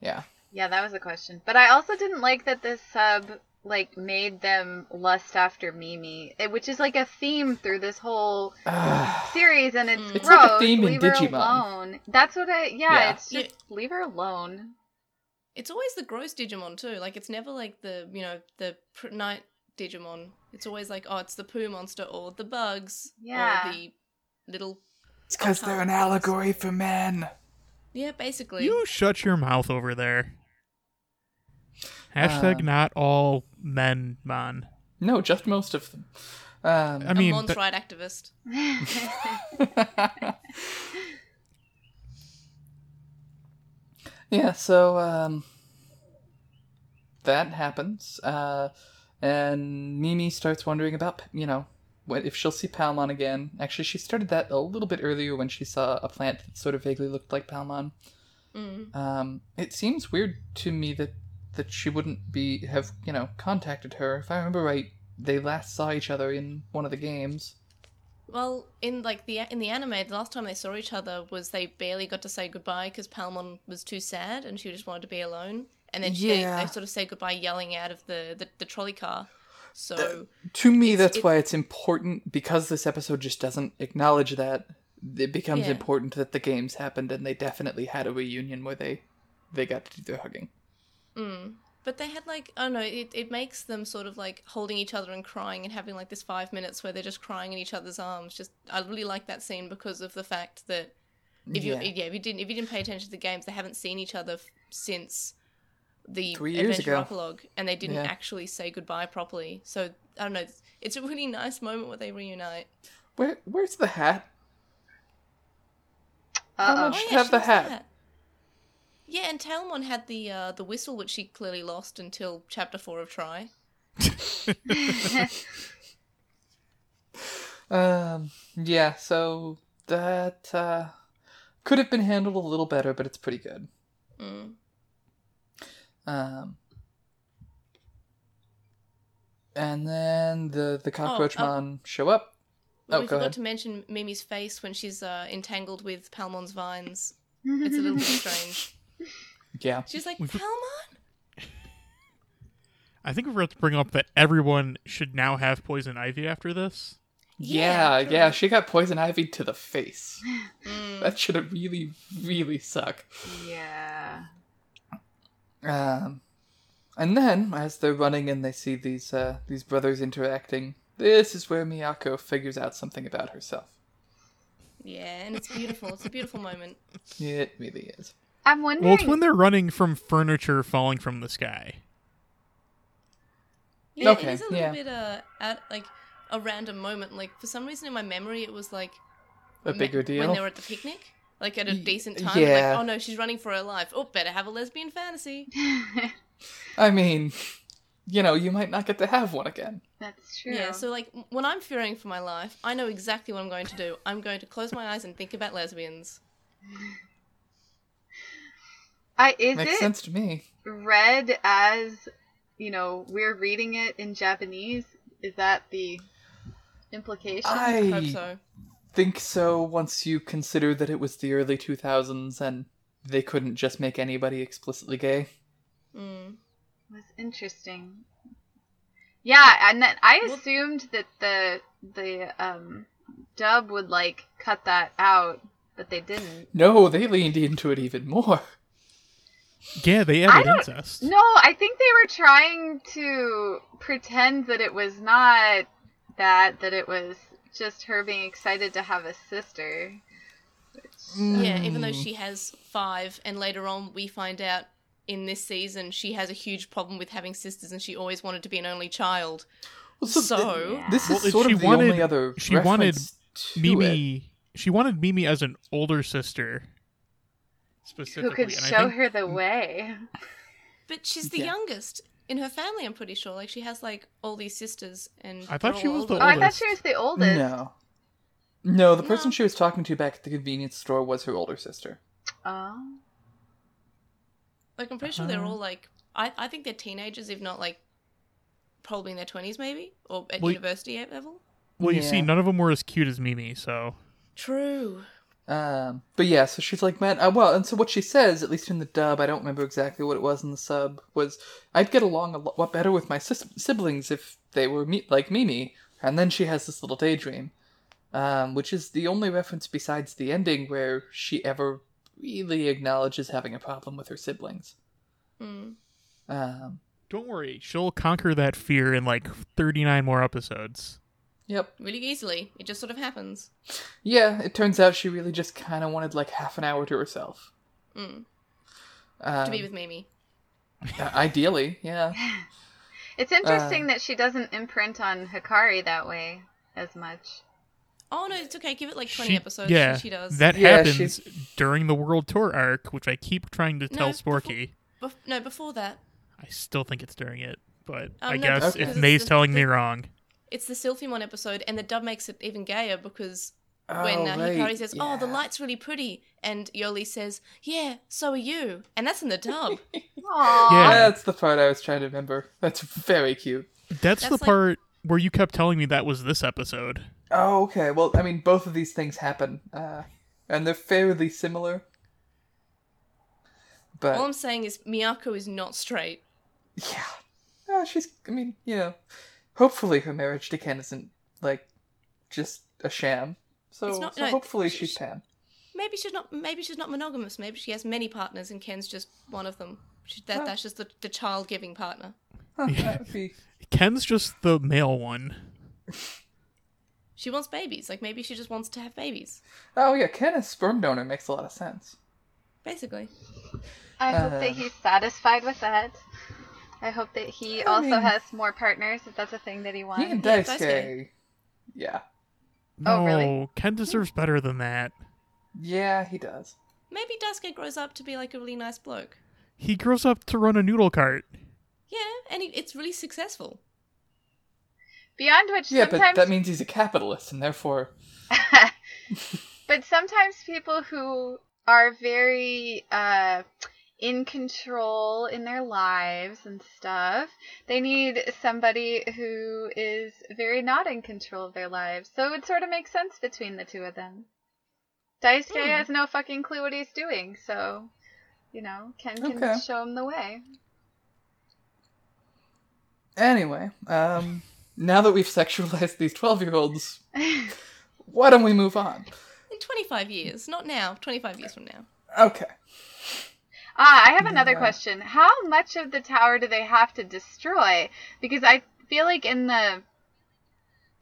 C: Yeah.
F: Yeah, that was a question. But I also didn't like that this sub like made them lust after Mimi, eh, which is like a theme through this whole series, and it's
C: It's
F: gross.
C: like a theme in
F: leave
C: Digimon.
F: her alone. That's what I. Yeah,
C: Yeah.
F: it's just leave her alone.
B: It's always the gross Digimon too. Like it's never like the you know the pr- night Digimon. It's always like oh, it's the poo monster or the bugs
F: Yeah.
B: or the little
C: It's because they're an allegory for men.
B: yeah, basically.
A: You shut your mouth over there. Hashtag
F: Uh,
C: Um,
A: not all men man.
C: No, just most of them. Um,
A: I mean
B: a Mon's
A: th-
B: right activist.
C: yeah, so um, that happens. Uh, and Mimi starts wondering about you know what if she'll see Palmon again. Actually, she started that a little bit earlier when she saw a plant that sort of vaguely looked like Palmon.
B: Mm.
C: Um, it seems weird to me that that she wouldn't be have you know contacted her. If I remember right, they last saw each other in one of the games.
B: Well, in like the in the anime, the last time they saw each other was they barely got to say goodbye because Palmon was too sad and she just wanted to be alone. And then she, they-
C: Yeah.
B: they, sort of say goodbye yelling out of the, the, the trolley car. So
C: To me, that's
B: it-
C: why it's important because this episode just doesn't acknowledge that. It becomes
B: Yeah.
C: important that the games happened, and they definitely had a reunion where they they got to do their hugging.
B: Mm. But they had like I don't know, it, it makes them sort of like holding each other and crying and having like this five minutes where they're just crying in each other's arms. Just I really like that scene because of the fact that if
C: Yeah.
B: you yeah, if you didn't if you didn't pay attention to the games, they haven't seen each other f- since the
C: Three years
B: adventure
C: ago.
B: epilogue and they didn't
C: Yeah.
B: actually say goodbye properly. So I don't know, it's, it's a really nice moment where they reunite.
C: Where where's the hat?
F: Uh
C: much-
F: oh.
C: should have
B: she
C: the
B: lost
C: hat.
B: Yeah, and Talmon had the uh, the whistle which she clearly lost until chapter four of Try.
C: Um, yeah. So that uh, could have been handled a little better, but it's pretty good.
B: Mm.
C: Um, and then the the cockroach
B: uh,
C: man show up.
B: Well,
C: Oh,
B: we
C: go
B: forgot
C: ahead.
B: to mention Mimi's face when she's uh, entangled with Palmon's vines. It's a little bit strange.
C: Yeah.
B: She's like,
A: We for-
B: Palmon?
A: I think we forgot to bring up that everyone should now have poison ivy after this.
C: Yeah,
B: Yeah,
C: yeah,
B: true.
C: she got poison ivy to the face.
B: Mm.
C: That should have really, really suck.
F: Yeah.
C: Um, and then, as they're running and they see these uh, these brothers interacting, this is where Miyako figures out something about herself.
B: Yeah, and it's beautiful. It's a beautiful moment.
C: It really is.
F: I'm wondering.
A: Well, it's when they're running from furniture falling from the sky.
B: Yeah,
C: Okay,
B: it is a little
C: yeah.
B: bit uh, at like a random moment. Like for some reason in my memory, it was like
C: A
B: me-
C: bigger deal.
B: when they were at the picnic, like at a
C: Y-
B: decent time. they're
C: yeah.
B: Like, oh no, she's running for her life. Oh, better have a lesbian fantasy.
C: I mean, you know, you might not get to have one again.
F: That's true.
B: Yeah, so like m- when I'm fearing for my life, I know exactly what I'm going to do. I'm going to close my eyes and think about lesbians.
F: I, is
C: Makes
F: it
C: sense to me.
F: read as you know we're reading it in Japanese? Is that the implication?
C: I
B: Hope so.
C: think so. Once you consider that it was the early two thousands and they couldn't just make anybody explicitly gay.
B: Mm.
F: was interesting. Yeah, and then I
B: Well-
F: assumed that the the um dub would like cut that out, but they didn't.
C: No, they leaned into it even more.
A: Yeah, they
F: I
A: added
F: don't-
A: incest.
F: No, I think they were trying to pretend that it was not that that it was just her being excited to have a sister.
B: Yeah, even though
C: Mm.
B: she has five, and later on we find out in this season she has a huge problem with having sisters, and she always wanted to be an only child.
C: Well,
B: So,
F: Yeah.
C: This
A: Well,
C: is
A: if
C: sort
A: she
C: of the
A: wanted-
C: only other
A: she wanted
C: reference to it.
A: Mimi, she wanted Mimi as an older sister,
F: Who
A: specifically.
F: could
A: and I
F: show
A: think-
F: her the way?
B: but she's the
C: Yeah.
B: youngest in her family. I'm pretty sure. Like she has like all these sisters, and
A: I thought
B: they're all
A: she was the
F: Oh,
B: older.
F: I thought
A: oldest.
F: she was the oldest.
C: No, no, the person
B: No.
C: she was talking to back at the convenience store was her older sister.
F: Oh.
B: Like I'm pretty sure they're
A: Uh-huh.
B: all like I, I think they're teenagers, if not like probably in their twenties, maybe or at
A: Well, y-
B: university level.
A: Well, you see,
C: Yeah.
A: none of them were as cute as Mimi, so
B: True.
C: Um, but yeah, so she's like, man, uh, well, and so what she says, at least in the dub, I don't remember exactly what it was in the sub, was I'd get along a lo- lot better with my sis- siblings if they were me- like Mimi. And then she has this little daydream, um, which is the only reference besides the ending where she ever really acknowledges having a problem with her siblings.
B: Mm.
C: Um,
A: don't worry, she'll conquer that fear in like 39 more episodes.
C: yep.
B: Really easily. It just sort of happens.
C: Yeah, it turns out she really just kind of wanted like half an hour to herself.
B: Mm.
C: Um,
B: To be with Mimi.
C: uh, ideally, yeah.
F: It's interesting that she doesn't imprint on Hikari that way as much.
B: Oh no, it's okay. Give it like twenty
A: She-
B: episodes.
A: yeah,
B: and she does.
A: That
C: Yeah, she-
A: happens during the World Tour arc, which I keep trying to
B: No,
A: tell
B: before-
A: Sporky.
B: Bef- no, before that.
A: I still think it's during it. but
B: Um,
A: I
B: no,
A: guess
B: just
C: Okay.
A: if
B: because
A: May's
B: the-
A: telling
B: the-
A: me wrong,
B: It's the Sylphimon episode, and the dub makes it even gayer because when
C: Oh,
B: uh,
C: right,
B: Hikari says, "Oh, the
C: yeah.
B: light's really pretty," and Yoli says, "Yeah, so are you," and that's in the dub.
A: Yeah.
C: That's the part I was trying to remember. That's very cute.
A: that's,
B: That's
A: the
B: like-
A: part where you kept telling me that was this episode.
C: Oh, okay. Well, I mean, both of these things happen, uh, and they're fairly similar. But
B: All I'm saying is Miyako is not straight.
C: yeah, Uh, she's. I mean, you know, hopefully her marriage to Ken isn't like just a sham. So,
B: It's not-
C: so
B: no,
C: hopefully
B: sh-
C: she's
B: sh-
C: Pan.
B: Maybe she's not. Maybe she's not monogamous. Maybe she has many partners, and Ken's just one of them. She, that,
C: Huh.
B: that's just the, the child-giving partner.
C: Huh, that would be.
A: Ken's just the male one.
B: She wants babies. Like maybe she just wants to have babies.
C: Oh yeah, Ken as sperm donor makes a lot of sense.
B: Basically,
F: I hope that
C: Uh.
F: he's satisfied with that. I hope that he also
C: mean-
F: has more partners if that's a thing that he
C: He
F: wants.
C: and
B: Yeah,
C: Daisuke. Yeah,
A: No,
F: Oh, really?
A: Ken deserves better than that.
C: yeah, he does.
B: maybe Daisuke grows up to be like a really nice bloke.
A: He grows up to run a noodle cart.
B: Yeah, and he, it's really successful.
F: Beyond which,
C: Yeah,
F: sometimes
C: but that means he's a capitalist, and therefore,
F: but sometimes people who are very uh, in control in their lives and stuff, they need somebody who is very not in control of their lives. So it sort of makes sense between the two of them. Daisuke
B: Hmm.
F: has no fucking clue what he's doing, so you know Ken can
C: Okay.
F: show him the way.
C: Anyway, um, now that we've sexualized these 12 year olds, why don't we move on?
B: In 25 years, not now. 25 years from now.
C: Okay.
F: Ah, I have another
C: Yeah.
F: question. How much of the tower do they have to destroy? Because I feel like in the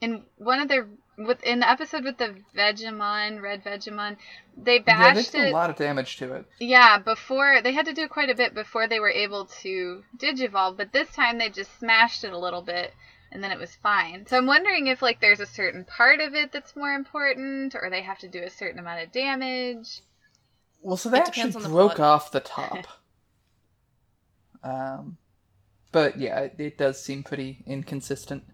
F: in one of their with in the episode with the Vegemon, Red Vegemon, they
C: yeah, they
F: bashed
C: did a
F: it.
C: lot of damage to it.
F: Yeah, before they had to do quite a bit before they were able to digivolve, but this time they just smashed it a little bit and then it was fine. So I'm wondering if like there's a certain part of it that's more important or they have to do a certain amount of damage.
C: Well, so they
B: It
C: actually
B: depends on the
C: broke
B: plot.
C: off the top. um, but yeah, it, it does seem pretty inconsistent.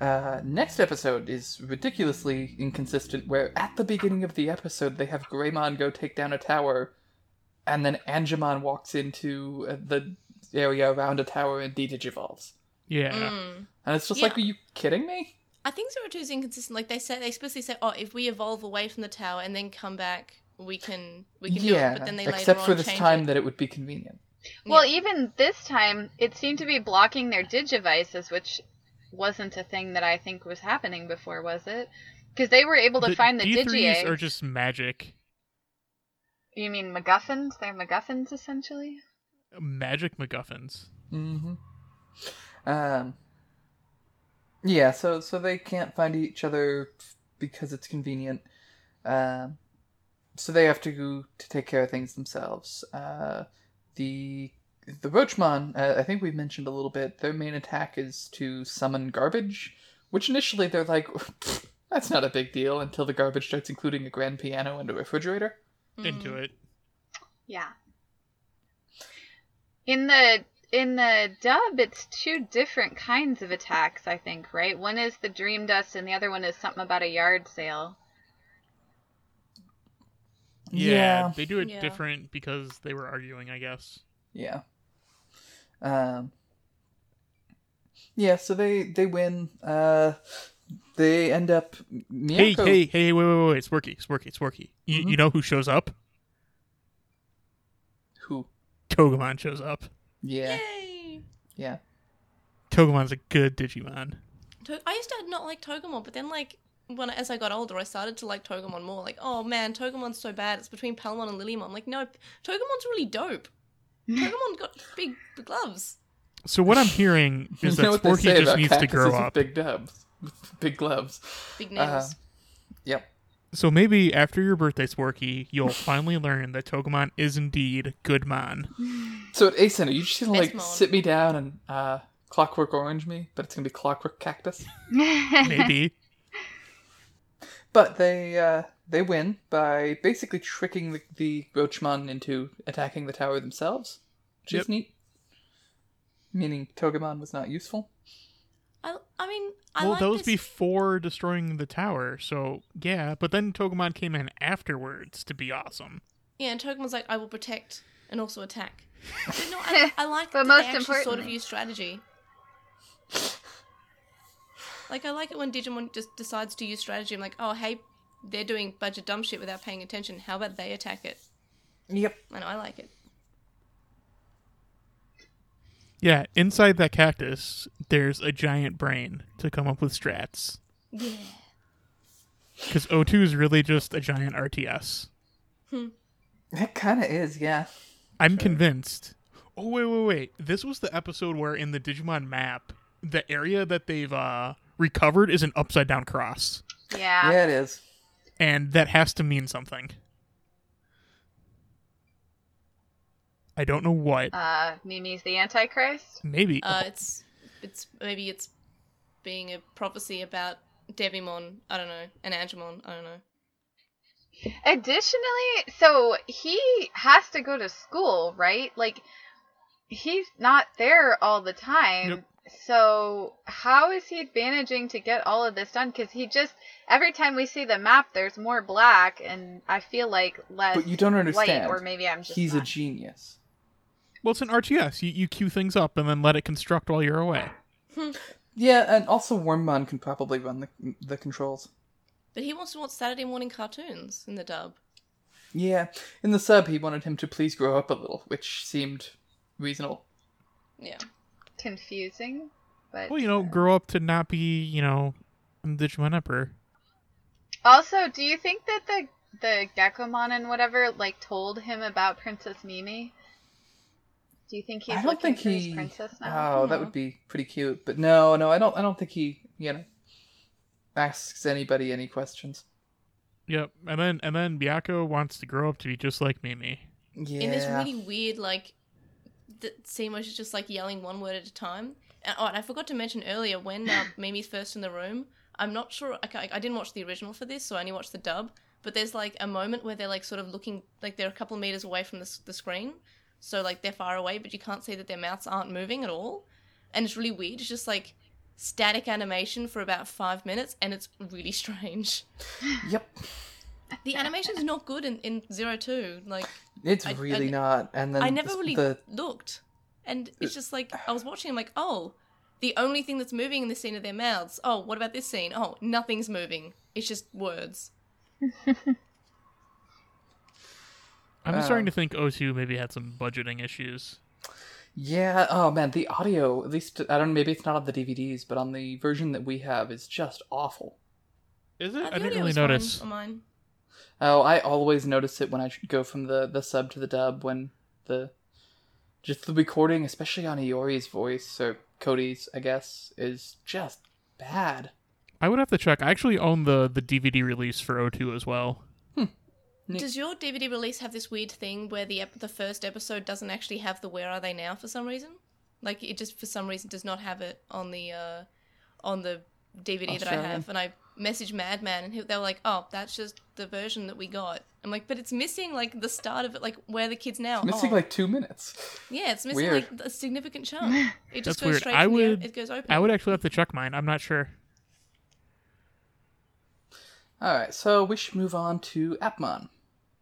C: Uh, next episode is ridiculously inconsistent, where at the beginning of the episode they have Greymon go take down a tower, and then Angemon walks into uh, the area around a tower and de-digivolves.
A: Yeah.
B: Mm.
C: And it's just
B: Yeah.
C: like, are you kidding me?
B: I think Zero Two is inconsistent. Like they say, they explicitly say, "Oh, if we evolve away from the tower and then come back, we can we can do it." But then they
C: except
B: later
C: for
B: on
C: this
B: change
C: time
B: it.
C: that it would be convenient.
F: Well,
B: Yeah.
F: even this time, it seemed to be blocking their digivices, which wasn't a thing that I think was happening before, was it? Because they were able to find the
A: D3s
F: digi. eh?
A: are just magic.
F: You mean MacGuffins? They're MacGuffins, essentially?
A: Magic MacGuffins.
C: hmm Um. Yeah, so so they can't find each other because it's convenient. Um, so they have to go to take care of things themselves. Uh, the the Roachmon, uh, I think we've mentioned a little bit. Their main attack is to summon garbage, which initially they're like, "Pfft, that's not a big deal until the garbage starts including a grand piano and a refrigerator.
A: Into
B: Mm.
F: Mm.
A: it.
F: Yeah. In the in the dub, it's two different kinds of attacks, I think, right? One is the dream dust, and the other one is something about a yard sale.
A: They do it
B: Yeah.
A: different because they were arguing, I guess.
C: Yeah. Um. Yeah, so they they win. Uh, they end up.
A: Hey,
C: Miyako,
A: hey, hey, wait, wait, wait. It's working. It's working. It's working. You,
F: Mm-hmm.
C: Mhm.
A: you know who shows up?
C: Who?
A: Togemon shows up.
C: Yeah,
B: Yay!
C: yeah.
A: Togemon's a good Digimon.
B: To- I used to not like Togemon, but then like when as I got older, I started to like Togemon more. Like, oh man, Togemon's so bad. It's between Palmon and Lilymon. Like, no, Togemon's really dope. Pokemon got big gloves.
A: So what I'm hearing is
C: you know
A: that
C: what they say
A: Sporky just
C: about
A: needs to
C: cactuses
A: grow
C: with
A: up.
C: Big dubs, with big gloves.
B: Big
C: Uh,
B: nails.
C: yep.
A: So maybe after your birthday, Sporky, you'll finally learn that Togemon is indeed Goodmon.
C: So at A Center, you just gonna
B: Best
C: like
B: mode.
C: sit me down and uh, clockwork orange me, but it's gonna be clockwork cactus.
A: Maybe.
C: But they uh, they win by basically tricking the, the Roachmon into attacking the tower themselves, which
A: Yep.
C: is neat. meaning Togemon was not useful.
B: I, I mean, I
A: well,
B: like
A: those
B: this.
A: before destroying the tower, so yeah. But then Togemon came in afterwards to be awesome.
B: Yeah, and Togemon's like, I will protect and also attack. But no, I, I like
F: But
B: that
F: most
B: they actually sort of
F: importantly-
B: use strategy. Like, I like it when Digimon just decides to use strategy. I'm like, oh, hey, they're doing a bunch of dumb shit without paying attention. How about they attack it?
C: Yep.
B: I know, I like it.
A: Yeah, inside that cactus, there's a giant brain to come up with strats.
B: Yeah.
A: Because O2 is really just a giant RTS.
C: It kind of is, yeah.
A: I'm convinced. Oh wait, wait, wait. This was the episode where in the Digimon map, the area that they've uh, recovered is an upside down cross,
F: Yeah.
C: Yeah, it is.
A: and that has to mean something. I don't know what.
F: Uh, Mimi's the Antichrist.
A: Maybe.
B: Uh, it's, it's, maybe it's being a prophecy about Devimon, I don't know, and Angemon, I don't know.
F: Additionally, so he has to go to school, right? Like he's not there all the time.
A: Yep.
F: So how is he managing to get all of this done? Because he just every time we see the map, there's more black, and I feel like less.
C: But you don't understand.
F: White, or maybe I'm just.
C: He's a
F: not.
C: genius.
A: well, it's an RTS. You, you queue things up and then let it construct while you're away.
C: Yeah, and also Wormmon can probably run the the controls.
B: But he wants to watch Saturday morning cartoons in the dub.
C: Yeah, in the sub, he wanted him to please grow up a little, which seemed reasonable.
B: Yeah.
F: confusing, but
A: Well, you know, grow up to not be, you know, a Digimon Emperor.
F: also, do you think that the the Geckomon and whatever like told him about Princess Mimi? Do you think he's
C: I
F: looking
C: don't think
F: for his
C: he.
F: princess now?
C: Oh, that would be pretty cute. But no, no, I don't. I don't think he. You know, asks anybody any questions.
A: Yep. And then and then Byakuya wants to grow up to be just like Mimi.
C: Yeah.
B: in this really weird like the scene where she's just like yelling one word at a time. And, oh, and I forgot to mention earlier when uh, Mimi's first in the room. I'm not sure. I, ca- I didn't watch the original for this, so I only watched the dub. But there's like a moment where they're like sort of looking like they're a couple meters away from the s- the screen, so like they're far away, but you can't see that their mouths aren't moving at all, and it's really weird. It's just like static animation for about five minutes, and it's really strange.
C: Yep.
B: The animation's not good in in Zero Two. Like
C: It's
B: I-
C: really
B: I-
C: not. And then
B: I never
C: this-
B: really
C: the Uh,
B: looked. And it's just like I was watching, I'm like, oh, the only thing that's moving in this scene are their mouths. Oh, what about this scene? Oh, nothing's moving. It's just words.
A: I'm
C: Um,
A: starting to think O2 maybe had some budgeting issues.
C: yeah. Oh man, the audio. At least I don't. know, Maybe it's not on the DVDs, but on the version that we have is just awful.
A: Is
B: Uh,
A: it? um,
B: the
A: I didn't
B: audio
A: really
B: was fine
A: notice.
B: on mine.
C: Oh, I always notice it when I go from the the sub to the dub when the just the recording, especially on Iori's voice or Cody's, I guess, is just bad.
A: I would have to check. I actually own the the DVD release for O2 as well.
C: Nick-
B: Does your DVD release have this weird thing where the ep- the first episode doesn't actually have the "Where are they now" for some reason? Like it just for some reason does not have it on the uh, on the DVD that I
C: Australian.
B: have, and I messaged Madman, and he, they were like, "Oh, that's just the version that we got." I'm like, "But it's missing like the start of it, like where are the kids now?"
C: Missing
B: Oh."
C: like two minutes.
B: yeah, it's missing
C: weird.
B: like a significant chunk.
A: That's
B: It just goes
A: weird.
B: straight.
A: I
B: from the-
A: would-
B: it goes open.
A: I would actually have to check mine. I'm not sure.
C: All right, so we should move on to Appmon,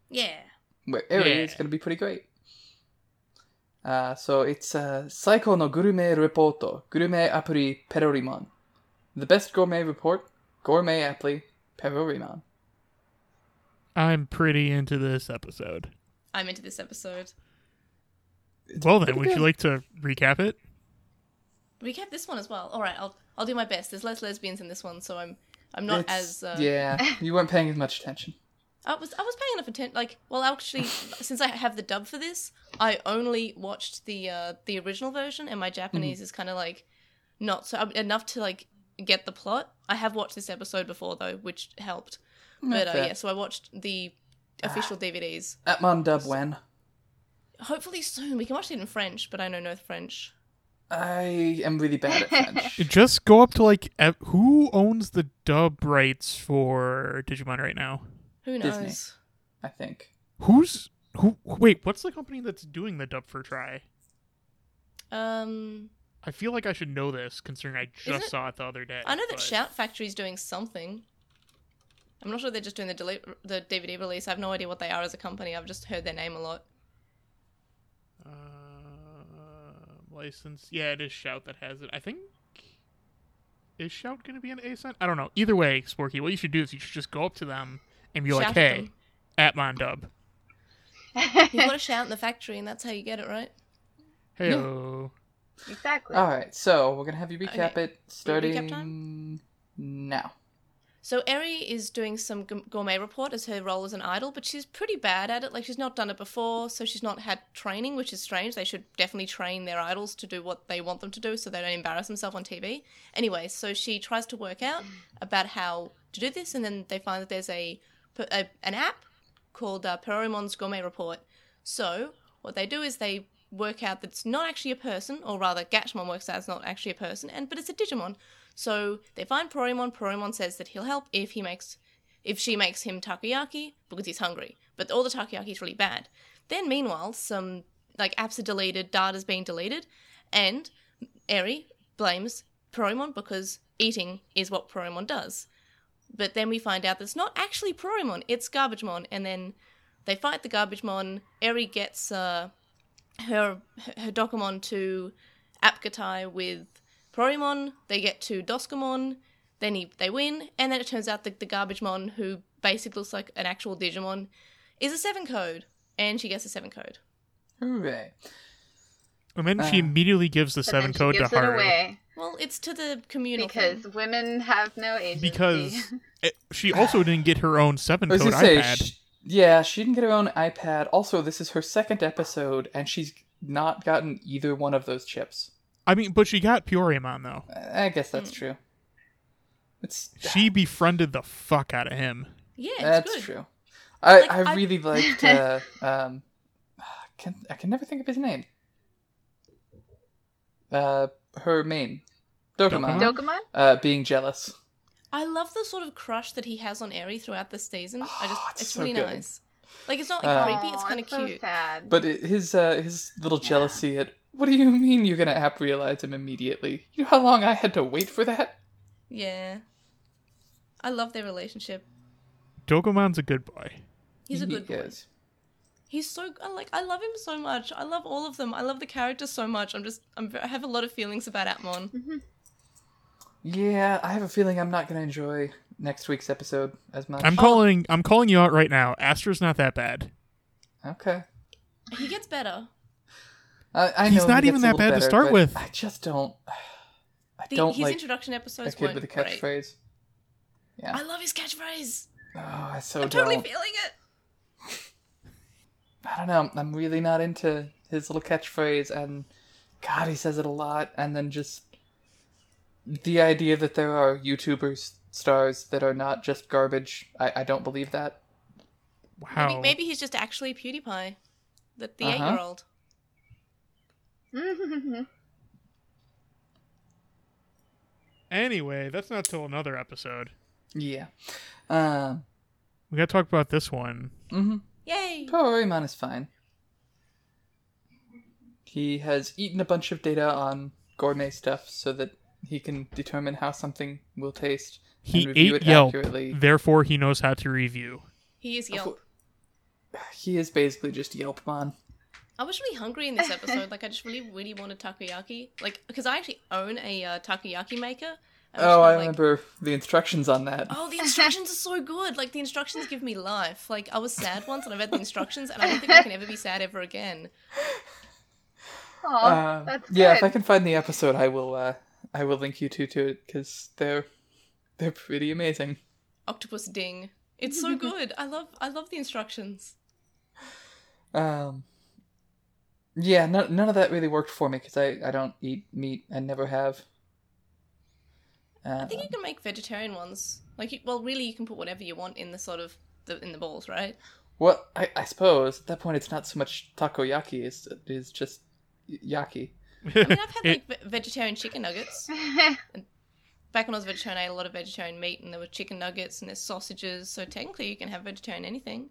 B: Yeah.
C: where Eri
A: Yeah.
C: is going to be pretty great. Uh, so it's uh, Saiko no Gourmet Reporto, Gourmet Apri Perorimon. The best gourmet report, Gourmet Appli Perorimon.
A: I'm pretty into this episode.
B: I'm into this episode.
A: well then, would
C: pretty
A: you like to recap it?
B: Recap this one as well. All right, I'll I'll do my best. There's less lesbians in this one, so I'm I'm not as
C: It's-
B: uh,
C: Yeah, you weren't paying as much attention.
B: I was I was paying enough attention. Like, well, actually, since I have the dub for this, I only watched the uh, the original version, and my
G: Mm.
B: Japanese is kind of like not so um, enough to like get the plot. I have watched this episode before though, which helped.
C: Not
B: but uh,
C: fair.
B: yeah, so I watched the official DVDs.
C: Atmon dub when?
B: Hopefully soon we can watch it in French, but I know no French.
C: I am really bad at French.
A: Just go up to like e- who owns the dub rights for Digimon right now?
B: Who knows?
C: Disney. I think.
A: Who's who? Wait, what's the company that's doing the dub for Try?
B: Um,
A: I feel like I should know this considering I just
B: Isn't it-
A: saw it the other day.
B: I know that
A: but-
B: Shout Factory's doing something. I'm not sure they're just doing the deli- the DVD release. I have no idea what they are as a company. I've just heard their name a lot.
A: Uh, license. Yeah, it is Shout that has it. I think. Is Shout going to be an ASIN? I don't know. Either way, Sporky, what you should do is you should just go up to them and be like,
B: Shout at
A: hey,
B: them.
A: at Mondub.
B: You got to shout in the factory, and that's how you get it, right?
A: Hey, oh."
F: exactly.
C: All right, so we're gonna have you recap
B: Okay.
C: it
B: recap time?
C: starting now.
B: So Eri is doing some gour- gourmet report as her role as an idol, but she's pretty bad at it. Like she's not done it before, so she's not had training, which is strange. They should definitely train their idols to do what they want them to do, so they don't embarrass themselves on TV. Anyway, so she tries to work out about how to do this, and then they find that there's a, p- a- an app called uh, Peromon's Gourmet Report. So what they do is they work out that it's not actually a person, or rather, Gatchmon works out it's not actually a person, and but it's a Digimon. So they find Poromon. Poromon says that he'll help if he makes, if she makes him takoyaki because he's hungry. But all the takoyaki is really bad. Then meanwhile, some like apps are deleted, data's being deleted, and Eri blames Poromon because eating is what Poromon does. But then we find out that it's not actually Poromon, it's Garbagemon, and then they fight the Garbagemon. Eri gets uh, her her Dokomon to Apkatai with Prorimon, they get to Doscomon, then he, they win, and then it turns out that the Garbagemon, who basically looks like an actual Digimon, is a 7 code, and she gets a 7 code.
C: Hooray!
A: And then she
C: Uh,
A: immediately gives the
F: But
A: seven
F: then she
A: code to
F: gives it
A: Haru
F: away
B: Well, it's to the communal thing.
F: because women have no agency.
A: because it- she also didn't get her own seven
C: I was
A: code
C: gonna say,
A: iPad.
C: sh yeah, she didn't get her own iPad. Also, this is her second episode, and she's not gotten either one of those chips.
A: I mean, but she got Peoriamon though.
C: I I guess that's
B: Hmm.
C: true. It's
A: She befriended the fuck out of him.
B: Yeah, it's
C: that's
B: good.
C: true. I
B: Like,
C: I
B: I-
C: really liked. Uh, um, can I can never think of his name. Uh, her main, Dokomon,
A: Dokomon?
F: Dogemon?
C: uh, being jealous.
B: I love the sort of crush that he has on Eri throughout this season. I just,
C: Oh, it's
B: it's,
C: so
B: really
C: good.
B: nice. Like, it's not
C: Uh,
B: like, creepy, it's
F: Aw,
B: kind of
F: so
B: cute.
F: sad.
C: But it, his uh, his little jealousy at what do you mean you're gonna app realize him immediately? You know how long I had to wait for that?
B: yeah. I love their relationship.
A: Dogomon's a good boy.
B: He's a
C: He
B: good boy.
C: is.
B: He's so I like I love him so much. I love all of them. I love the characters so much. I'm just I'm, I have a lot of feelings about Atmon.
F: Mm-hmm.
C: Yeah, I have a feeling I'm not gonna enjoy next week's episode as much.
F: Oh.
A: I'm calling. I'm calling you out right now. Astra's not that bad.
C: okay.
B: He gets better.
C: I, I
A: He's
C: know
A: not
C: he
A: even
C: gets
A: that
C: a little
A: bad to
C: better,
A: start
C: but
A: with.
C: I just don't. I
B: The,
C: don't
B: his
C: like
B: introduction
C: a
B: episodes
C: kid
B: weren't
C: with a
B: great.
C: catchphrase.
B: I love his catchphrase.
C: Oh, I so
B: I'm
C: don't.
B: totally feeling it.
C: I don't know. I'm really not into his little catchphrase, and God, he says it a lot. And then just the idea that there are YouTubers stars that are not just garbage. I, I don't believe that.
A: Wow.
B: Maybe, maybe he's just actually PewDiePie, the the
C: Uh-huh.
B: eight year old.
A: Anyway, that's not till another episode.
C: Yeah. Um.
A: We gotta talk about this one.
C: Mm-hmm.
B: Yay!
C: Pokemon is fine. He has eaten a bunch of data on gourmet stuff so that he can determine how something will taste
A: He
C: and review
A: ate
C: it
A: Yelp,
C: accurately.
A: therefore he knows how to review.
B: He is Yelp.
C: He is basically just Yelpmon.
B: I was really hungry in this episode. Like I just really really wanted takoyaki. Like because I actually own a uh, takoyaki maker. I was
C: Oh, I
B: kinda like,
C: remember the instructions on that.
B: Oh, the instructions are so good. Like the instructions give me life. Like I was sad once and I read the instructions and I don't think I can ever be sad ever again.
F: Aw, that's good.
C: uh, yeah, if I can find the episode, I will. Uh, I will link you two to it because they're they're pretty amazing.
B: Octopus ding. It's so good. I love I love the instructions.
C: Um, yeah, no, none of that really worked for me because I, I don't eat meat and never have. Uh,
B: I think you can make vegetarian ones. Like you, well really you can put whatever you want in the sort of the, in the balls, right?
C: well, I, I suppose at that point it's not so much takoyaki; it's it's just y- yaki. Eh,
B: I mean I've had
A: It-
B: like ve- vegetarian chicken nuggets. Back when I was vegetarian, I ate a lot of vegetarian meat, and there were chicken nuggets and there's Oh. sausages. So technically, you can have vegetarian anything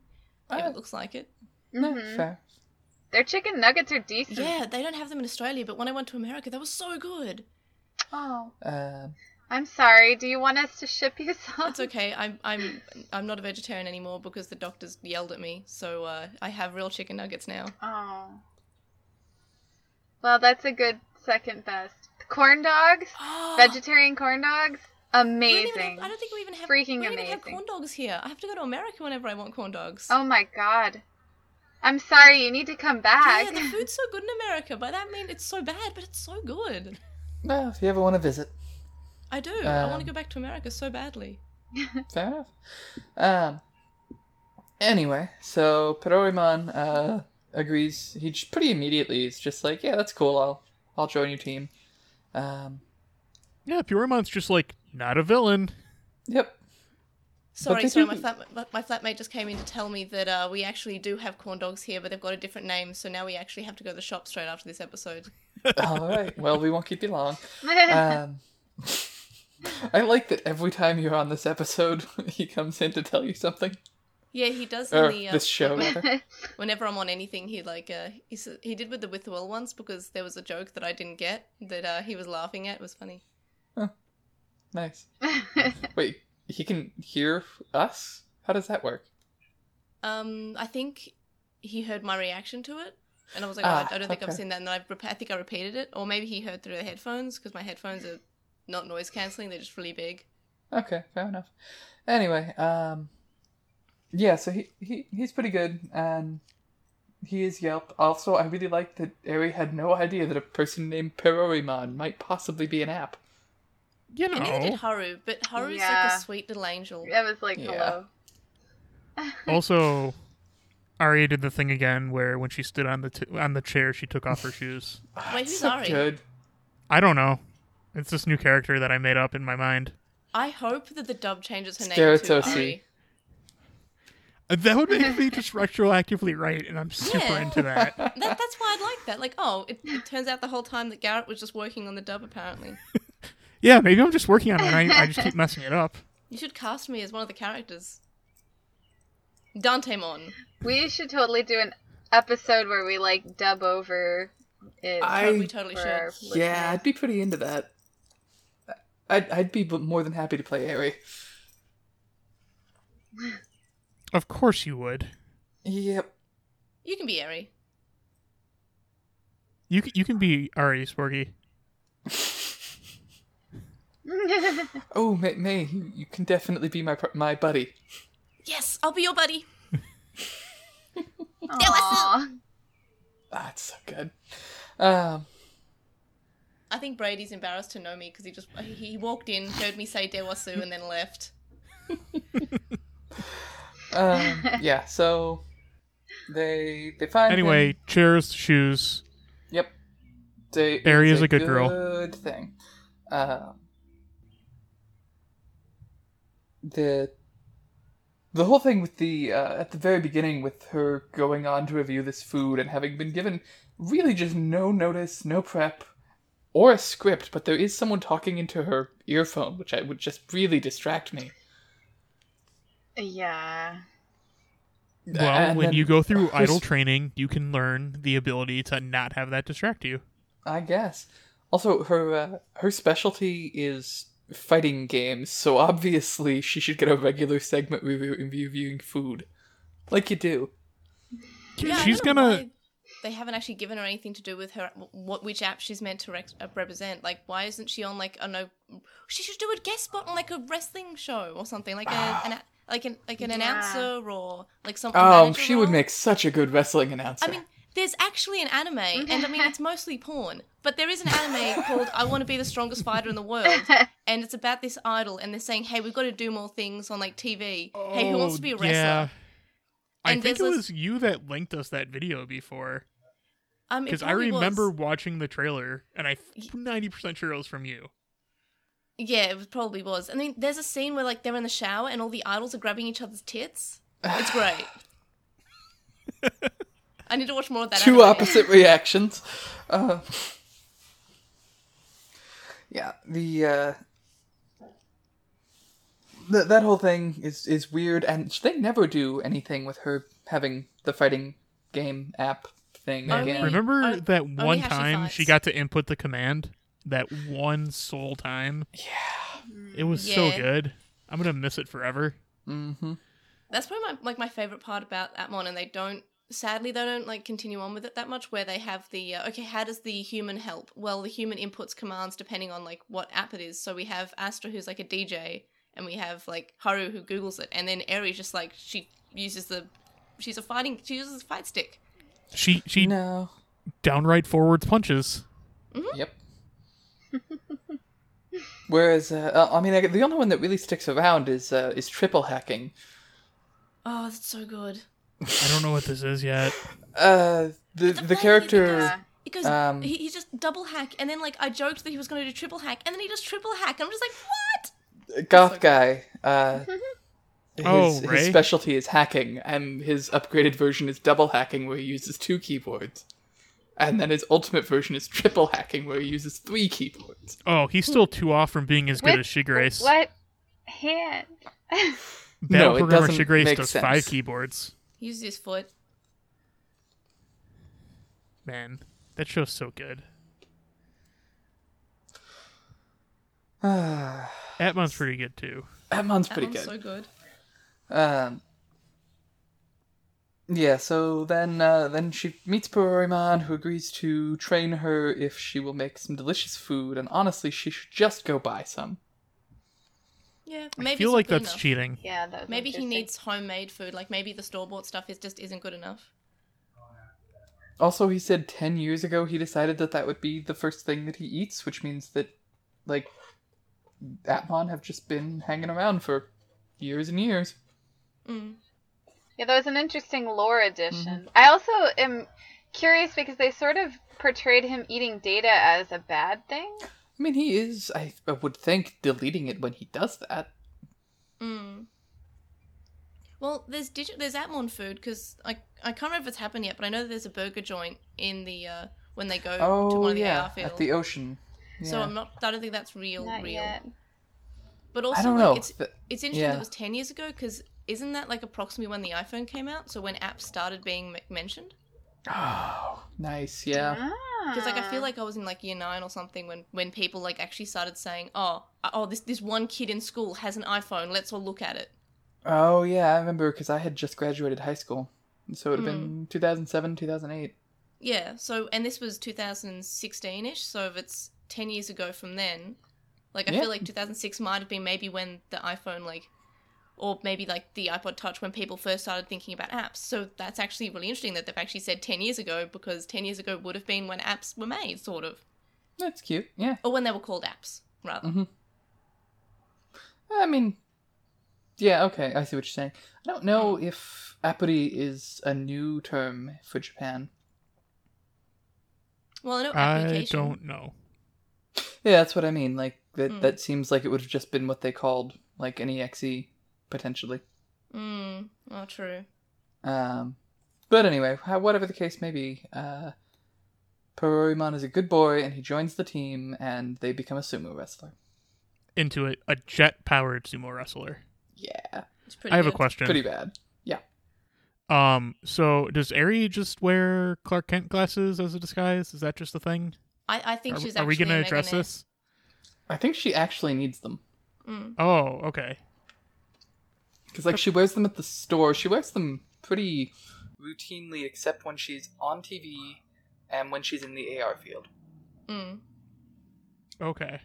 B: if
C: Uh,
B: it looks like it.
C: no, fair.
F: Their chicken nuggets are decent.
B: Yeah, they don't have them in Australia, but when I went to America, they were so good.
F: Oh,
C: Uh,
F: I'm sorry. Do you want us to ship you some?
B: It's okay. I'm I'm I'm not a vegetarian anymore because the doctors yelled at me, so uh, I have real chicken nuggets now.
F: Oh. Well, that's a good second best. Corn dogs, vegetarian corn dogs,
B: Oh, We don't even
F: amazing.
B: have- I don't think we even have
F: Freaking
B: we don't even have
F: amazing.
B: corn dogs here. I have to go to America whenever I want corn dogs.
F: Oh my god. I'm sorry, you need to come back.
B: yeah, the food's so good in America. By that I mean it's so bad, but it's so good.
C: well, if you ever want to visit,
B: I do. I want
C: Um,
B: to go back to America so badly.
C: fair enough. Um. Anyway, so Pedorimon uh agrees. He j- pretty immediately is just like, yeah, that's cool. I'll I'll join your team. Um.
A: Yeah, Purimon's just like not a villain.
C: Yep.
B: Sorry,
C: they
B: sorry,
C: do-
B: my, flat, my, my flatmate just came in to tell me that uh, we actually do have corn dogs here, but they've got a different name, so now we actually have to go to the shop straight after this episode.
C: All right. Well, we won't keep you long. Um, I like that every time you're on this episode, he comes in to tell you something.
B: Yeah, he does in
C: Or
B: the uh,
C: Er, this show, rather.
B: whenever I'm on anything, he like uh, he s- he did with the with the well once because there was a joke that I didn't get that uh, he was laughing at. It was funny.
C: nice. Wait, he can hear us? How does that work?
B: Um, I think he heard my reaction to it, and I was like,
C: Ah,
B: oh, I don't think I've
C: okay.
B: seen that. And then I, rep- I think I repeated it, or maybe he heard through the headphones because my headphones are not noise canceling; they're just really big.
C: Okay, fair enough. Anyway, um, yeah, so he, he he's pretty good, and he is Yelp. Also, I really like that Eri had no idea that a person named Perorimon might possibly be an app.
A: You
B: And neither did
A: know.
B: Haru, but Haru's like
F: Yeah.
B: a sweet little angel.
F: That was like,
C: Yeah.
F: hello.
A: also, Arya did the thing again where when she stood on the t- on the chair, she took off her shoes.
B: Wait, who's
C: so
B: Ari?
C: good.
A: I don't know. It's this new character that I made up in my mind.
B: I hope that the dub changes her name to
C: Stereotosi.
B: Ari.
A: Uh, That would make me just retroactively right, and I'm super
B: Yeah.
A: into that.
B: That, that's why I'd like that. Like, oh, it, it turns out the whole time that Garrett was just working on the dub, apparently.
A: Yeah, maybe I'm just working on it. And I, I just keep messing it up.
B: You should cast me as one of the characters. Dante Mon.
F: We should totally do an episode where we like dub over it.
C: I-
B: We totally
F: for
B: should.
F: our
C: Yeah, I'd
F: listeners.
C: be pretty into that. I'd, I'd be b- more than happy to play Eri.
A: Of course you would.
C: Yep.
B: You can be Eri.
A: You c- you can be Ari Sporgy.
C: Oh, May, May you, you can definitely be my par- my buddy.
B: Yes, I'll be your buddy.
F: Aw.
C: Ah, it's so good. Um,
B: I think Brady's embarrassed to know me because he just he he walked in, heard me say Dewasu, and then left.
C: um, yeah. So they they find him.
A: Anyway, chairs, shoes.
C: Yep. They,
A: Eri
C: it's
A: is a good girl.
C: Good thing. Um, the the whole thing with the uh, at the very beginning with her going on to review this food and having been given really just no notice, no prep, or a script, but there is someone talking into her earphone, which I would just really distract me.
F: yeah.
A: Well,
C: and
A: when
C: then-
A: you go through
C: Just-
A: idle training, you can learn the ability to not have that distract you.
C: I guess. Also, her uh, her specialty is fighting games, so obviously she should get a regular segment review- reviewing food, like you do.
B: Yeah, I
A: She's
B: don't know
A: gonna.
B: why They haven't actually given her anything to do with her what which app she's meant to rex uh, represent. Like, why isn't she on like I don't know? She should do a guest spot on like a wrestling show or something, like a, an a- like an like an announcer or like something.
C: Oh, she would make such a good wrestling announcer.
B: I mean, there's actually an anime, and I mean, it's mostly porn, but there is an anime called I Want to Be the Strongest Fighter in the World, and it's about this idol, and they're saying, hey, we've got to do more things on like TV. hey, who wants to be a
A: Oh,
B: wrestler?
A: Yeah. I
B: And
A: think it
B: there's this-
A: was you that linked us that video before
B: Um, it
A: because I
B: probably was-
A: remember watching the trailer and I'm 90% sure it was from you.
B: Yeah, it was- probably was. I mean, there's a scene where like they're in the shower, and all the idols are grabbing each other's tits. It's great. I need to watch more of that.
C: Two
B: anime.
C: opposite reactions. Uh, yeah, the uh, th- that whole thing is is weird, and they never do anything with her having the fighting game app thing
B: Are
C: again.
B: we-
A: Remember
B: Are-
A: that
B: we
A: one
B: actually
A: time
B: thought-
A: she got to input the command? That one sole time?
C: Yeah.
A: It was
B: Yeah.
A: so good. I'm going to miss it forever.
C: Mm-hmm.
B: That's probably my, like my favorite part about Atmon, and they don't. Sadly, they don't like continue on with it that much. Where they have the uh, okay, how does the human help? Well, the human inputs commands depending on like what app it is. So we have Astra, who's like a DJ, and we have like Haru, who googles it, and then Eri just like she uses the, she's a fighting, she uses a fight stick.
A: She she
C: No.
A: downright forwards punches.
C: Yep. Whereas, uh, uh, I mean, I, the only one that really sticks around is uh, is triple hacking.
B: Oh, that's so good.
A: I don't know what this is yet.
C: Uh, the
B: It's a play,
C: the
F: Yeah.
C: character.
B: It goes.
C: Um,
B: he, he just double hack, and then like I joked that he was going to do triple hack, and then he does triple hack. And I'm just like, what?
C: goth guy. Uh, his,
A: Oh,
C: his
A: Ray?
C: specialty is hacking, and his upgraded version is double hacking, where he uses two keyboards, and then his ultimate version is triple hacking, where he uses three keyboards.
A: Oh, he's still too off from being as good
F: Which-
A: as Shigrace.
F: What hand?
A: Battle
C: No, it
A: programmer
C: doesn't
A: Shigrace
C: make
A: does
C: sense.
A: five keyboards.
B: He uses his foot.
A: Man, that show's so good. Atmon's pretty good too.
C: Atmon's
B: That
C: pretty
B: one's
C: good.
B: so good.
C: Um. Yeah, so then uh, then she meets Pororiman, who agrees to train her if she will make some delicious food, and honestly, she should just go buy some.
B: Yeah, maybe.
A: I feel
B: it's
A: like
B: not good
A: that's
B: enough.
A: cheating.
F: Yeah, that was
B: Maybe he
F: interesting.
B: needs homemade food. Like maybe the store bought stuff is just isn't good enough.
C: Also, he said 10 years ago he decided that that would be the first thing that he eats, which means that, like, Atmon have just been hanging around for years and years.
B: Mm.
F: Yeah, that was an interesting lore addition.
C: Mm-hmm.
F: I also am curious because they sort of portrayed him eating data as a bad thing.
C: I mean, he is, I, I would think, deleting it when he does that.
B: Mm. Well, there's digi- there's Atmon food because I I can't remember if it's happened yet, but I know that there's a burger joint in the uh, when they go to
C: Oh,
B: one of the
C: yeah,
B: AR
C: at
B: fields.
C: the ocean.
B: So
C: Yeah.
B: I'm not. I don't think that's real.
F: Not
B: real.
F: yet.
B: But also,
C: I don't
B: like,
C: know.
B: it's
C: Th-
B: It's interesting that
C: Yeah.
B: it was 10 years ago because isn't that like approximately when the iPhone came out? So when apps started being m- mentioned?
C: Oh, nice, yeah.
B: Because like I feel
F: Ah.
B: like I was in like year nine or something when when people like actually started saying, oh, uh, oh, this this one kid in school has an iPhone. Let's all look at it.
C: Oh yeah, I remember because I had just graduated high school, so it would have been 2007, 2008.
B: Yeah. So and this was 2016 ish. So if it's 10 years ago from then, like I
C: Yeah.
B: feel like 2006 might have been maybe when the iPhone like. Or maybe like the iPod Touch when people first started thinking about apps. So that's actually really interesting that they've actually said 10 years ago because 10 years ago would have been when apps were made, sort of.
C: That's cute. Yeah,
B: Or when they were called apps, rather.
C: I mean, yeah, okay, I see what you're saying. I don't know if apuri is a new term for Japan.
B: Well, I know
A: I
B: application.
A: don't know.
C: Yeah, that's what I mean. Like that,
B: Mm.
C: that seems like it would have just been what they called like an exe potentially.
B: Mm, oh, true.
C: Um, but anyway, how, whatever the case may be, uh, Perorimon is a good boy, and he joins the team, and they become a sumo wrestler.
A: Into it, a jet-powered sumo wrestler.
C: Yeah,
B: It's pretty
A: I have a
B: good.
A: question.
C: pretty bad. Yeah.
A: Um, so does Ari just wear Clark Kent glasses as a disguise? Is that just the thing?
B: I, I think
A: Are,
B: she's
A: are
B: actually
A: we
B: going to
A: address this?
C: I think she actually needs them
B: Mm.
A: Oh, okay.
C: because like she wears them at the store. She wears them pretty routinely, except when she's on TV and when she's in the AR field.
B: Mm.
A: Okay.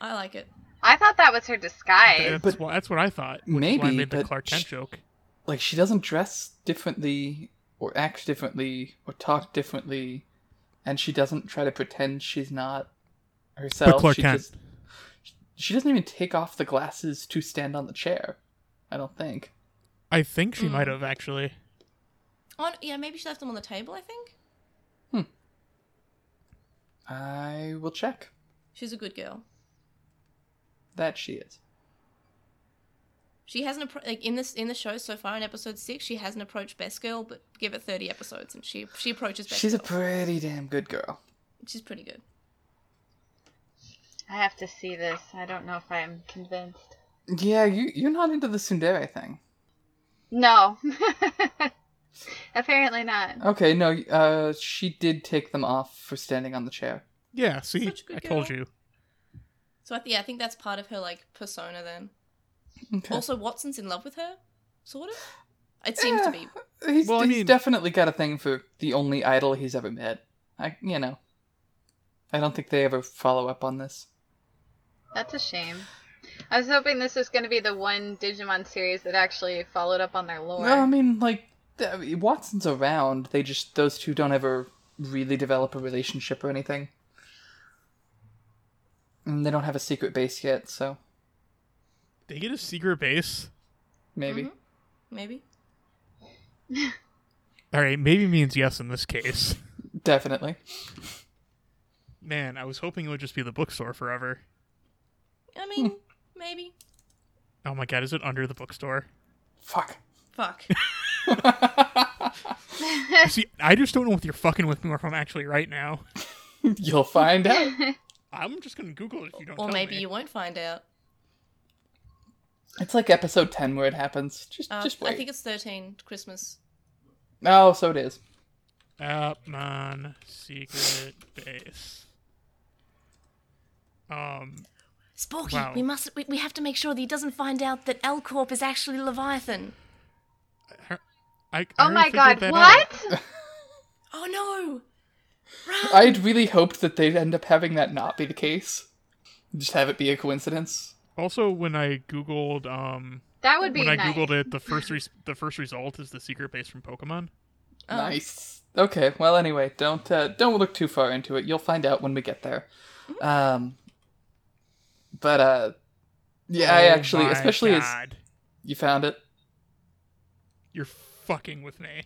B: I like it.
F: I thought that was her disguise.
A: That's,
C: but-
A: wha- that's what I thought. Which is why I
C: Maybe,
A: made the
C: but
A: Clark Kent
C: sh-
A: joke.
C: Like she doesn't dress differently or act differently or talk differently, and she doesn't try to pretend she's not herself.
A: Clark
C: she
A: Kent.
C: just she doesn't even take off the glasses to stand on the chair. I don't think.
A: I think she might
B: Mm.
A: have actually.
B: On, yeah, maybe she left them on the table, I think.
C: I will check
B: She's a good girl.
C: that she is.
B: She hasn't appro- like in this in the show so far in episode six. She hasn't approached Best Girl, but give it thirty episodes and she she approaches Best
C: She's a
B: Girl.
C: pretty damn good girl.
B: she's pretty good.
F: I have to see this. I don't know if I'm convinced.
C: Yeah, you you're not into the tsundere thing.
F: No. Apparently not.
C: Okay, no, uh, she did take them off for standing on the chair.
A: Yeah, see,
B: Such a good
A: I told
B: girl.
A: you.
B: So I th- yeah, I think that's part of her like persona. Then
C: Okay.
B: also Watson's in love with her, sort of. It seems to be.
C: he's
A: Well, I
C: he's
A: mean-
C: definitely got a thing for the only idol he's ever met. I, you know, I don't think they ever follow up on this.
F: That's a shame. I was hoping this was going to be the one Digimon series that actually followed up on their lore.
C: No, I mean, like, th- I mean, Watson's around. They just, those two don't ever really develop a relationship or anything. And they don't have a secret base yet, so
A: They get a secret base.
C: maybe.
B: Mhm. Maybe.
A: All right, maybe means yes in this case.
C: Definitely.
A: Man, I was hoping it would just be the bookstore forever.
B: I mean,
C: Hmm.
B: maybe.
A: Oh my god, is it under the bookstore?
C: Fuck.
B: Fuck.
A: See, I just don't know if you're fucking with me or if I'm actually right now.
C: You'll find out.
A: I'm just gonna Google it if you don't.
B: or
A: tell
B: maybe
A: me.
B: you won't find out.
C: It's like episode 10 where it happens. Just,
B: Uh,
C: just wait.
B: I think it's thirteen Christmas.
C: Oh, so it is.
A: Atman secret base. Um,
B: Sporky,
A: Wow.
B: we must. We, we have to make sure that he doesn't find out that L Corp is actually Leviathan.
A: I. I
F: oh
A: already
F: my
A: figured
F: god,
A: that out.
F: what?
B: Oh no!
C: I'd really hoped that they'd end up having that not be the case. Just have it be a coincidence.
A: Also, when I googled, um,
F: That would be
A: when I
F: nice.
A: googled it, the first res- the first result is the secret base from Pokemon.
B: Oh.
C: Nice. Okay. Well, anyway, don't uh, don't look too far into it. You'll find out when we get there. Um. But uh, yeah, I
A: Oh
C: actually,
A: my
C: especially as
A: god.
C: you found it.
A: you're fucking with me.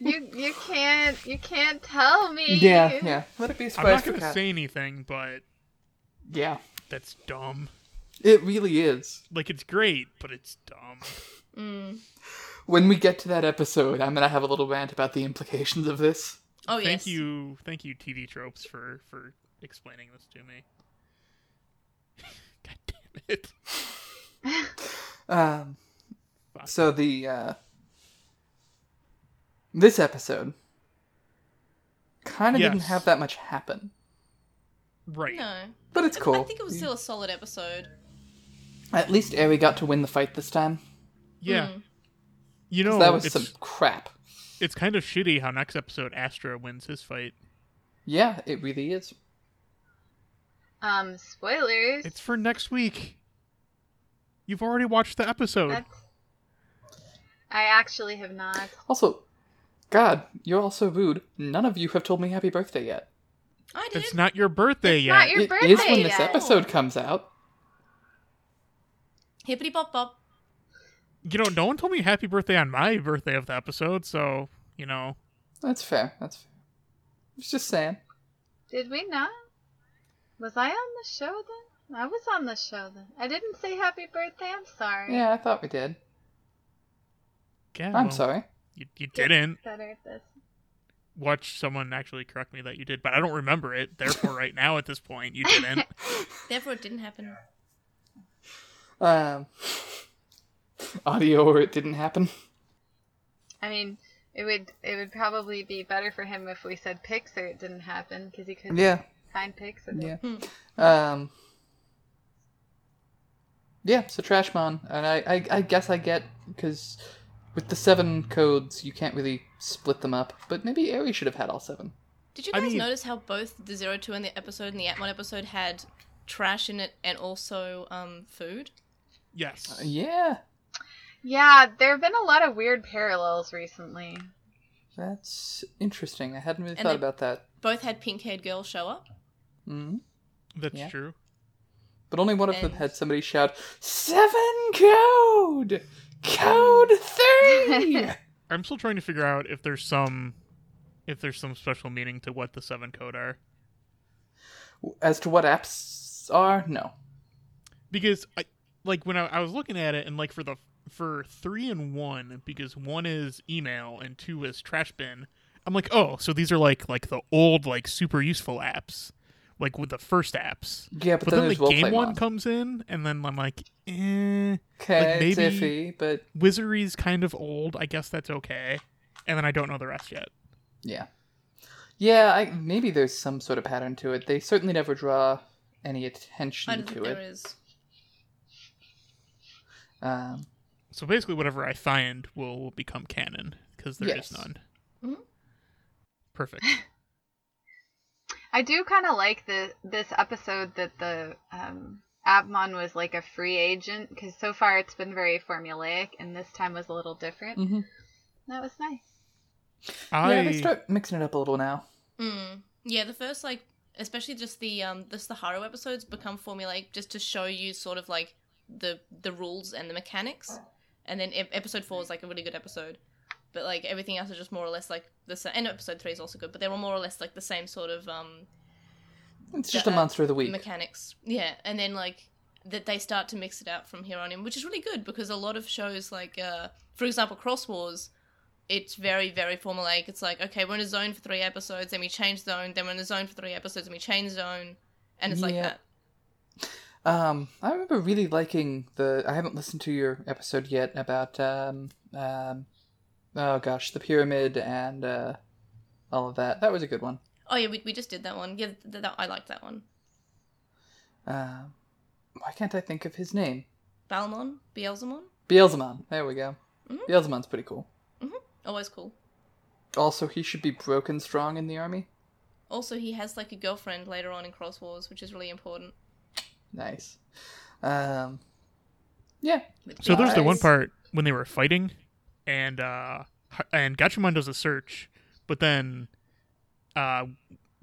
F: You you can't you can't tell me.
C: Yeah, yeah. Let it be a
A: I'm
C: surprise
A: not
C: for
A: gonna
C: Kat.
A: say anything, but
C: Yeah,
A: that's dumb.
C: it really is.
A: Like it's great, but it's dumb.
B: Mm.
C: When we get to that episode, I'm gonna have a little rant about the implications of this.
B: Oh yes.
A: Thank you, thank you, TV tropes for for explaining this to me. God damn it!
C: Um,
A: Fuck.
C: so the uh, this episode kind of didn't
A: Yes.
C: have that much happen,
A: Right.
B: No.
C: but it's
B: I-
C: cool.
B: I think it was still a solid episode.
C: At least Eri got to win the fight this time.
A: Yeah. You
C: 'Cause
A: know,
C: that was
A: it's,
C: some crap.
A: it's kind of shitty how next episode Astra wins his fight.
C: Yeah, it really is.
F: Um, spoilers.
A: It's for next week. You've already watched the episode.
F: That's. I actually have not.
C: Also, God, you're all so rude. None of you have told me happy birthday yet.
B: I did.
A: It's not your birthday
F: It's
A: yet.
F: not your
C: It
F: birthday
C: is when this
F: yet.
C: episode comes out.
B: Hippity pop pop.
A: you know, no one told me happy birthday on my birthday of the episode, so you know.
C: That's fair. That's fair. I was just saying.
F: Did we not? Was I on the show then? I was on the show then. I didn't say happy birthday. I'm sorry.
C: Yeah, I thought we did.
A: Yeah,
C: I'm
A: well,
C: sorry.
A: You, you didn't.
F: Better at this.
A: Watch someone actually correct me that you did, but I don't remember it. Therefore, right now at this point, you didn't.
B: Therefore, it didn't happen.
C: Um, audio or it didn't happen.
F: I mean, it would it would probably be better for him if we said pics or it didn't happen because he couldn't
C: Yeah,
F: find pics of it.
C: yeah. Um, yeah, so Trashmon. And I, I, I guess I get, because with the seven codes, you can't really split them up. But maybe Aerie should have had all seven.
B: Did you
A: I
B: guys
A: mean-
B: notice how both the Zero Two and the episode and the Atmon episode had trash in it and also um food?
A: Yes.
C: Uh, Yeah,
F: Yeah, there have been a lot of weird parallels recently.
C: that's interesting. I hadn't really
B: And
C: thought
B: they-
C: about that.
B: Both had pink-haired girls show up.
C: hmm
A: That's
C: Yeah.
A: true.
C: But only one of them
B: And-
C: had somebody shout, Seven code! Code three!
A: I'm still trying to figure out if there's some if there's some special meaning to what the seven code are.
C: As to what apps are, no.
A: Because I like when I, I was looking at it and like for the for three and one, because one is email and two is trash bin, I'm like, oh, so these are like like the old, like super useful apps. Like with the first apps.
C: Yeah, but,
A: But
C: then,
A: then,
C: there's
A: the game
C: Roleplay
A: one
C: Mon.
A: comes in and then I'm like, eh, eh.
C: Okay,
A: Like,
C: it's
A: maybe-
C: iffy, but
A: Wizardry's kind of old. I guess that's okay. And then I don't know the rest yet.
C: yeah, yeah. I, maybe there's some sort of pattern to it. They certainly never draw any
B: I
C: attention
B: don't
C: to
B: think there
C: it.
B: is.
C: Um,
A: So basically, whatever I find will, will become canon because there is
C: Yes. Mm-hmm.
A: none.
B: Mhm.
A: Perfect.
F: I do kind of like the this episode that the um, Abmon was like a free agent because so far it's been very formulaic, and this time was a little different.
C: mhm.
F: That was nice.
A: I
C: Yeah, they start mixing it up a little now.
B: Mm. Yeah, the first like, especially just the um, this the Haru episodes become formulaic just to show you sort of like the the rules and the mechanics, and then ep- episode four is like a really good episode, but like everything else is just more or less like the same. And episode three is also good, but they were more or less like the same sort of um
C: It's just
B: The,
C: a
B: uh,
C: monster of the week.
B: mechanics. Yeah, and then like that they start to mix it out from here on in, which is really good because a lot of shows like uh for example Cross Wars, it's very very formulaic. It's like okay, we're in a zone for three episodes, then we change zone, then we're in a zone for three episodes, and we change zone, and it's like
C: Yeah.
B: that.
C: Um, I remember really liking the. I haven't listened to your episode yet about um, um, oh gosh, the pyramid and uh, all of that. That was a good one.
B: Oh yeah, we we just did that one. Yeah, th- th- that, I liked that one.
C: Um, why can't I think of his name?
B: Balmon, Beelzemon,
C: Beelzemon. There we go.
B: Mhm.
C: Beelzemon's pretty cool.
B: always Oh, cool.
C: Also, he should be broken strong in the army.
B: Also, he has like a girlfriend later on in Cross Wars, which is really important.
C: Nice. Um, yeah.
B: With
A: So there's the one
B: Beelzebub's-
A: part when they were fighting, and uh, H- and Gatchaman does a search, but then, uh,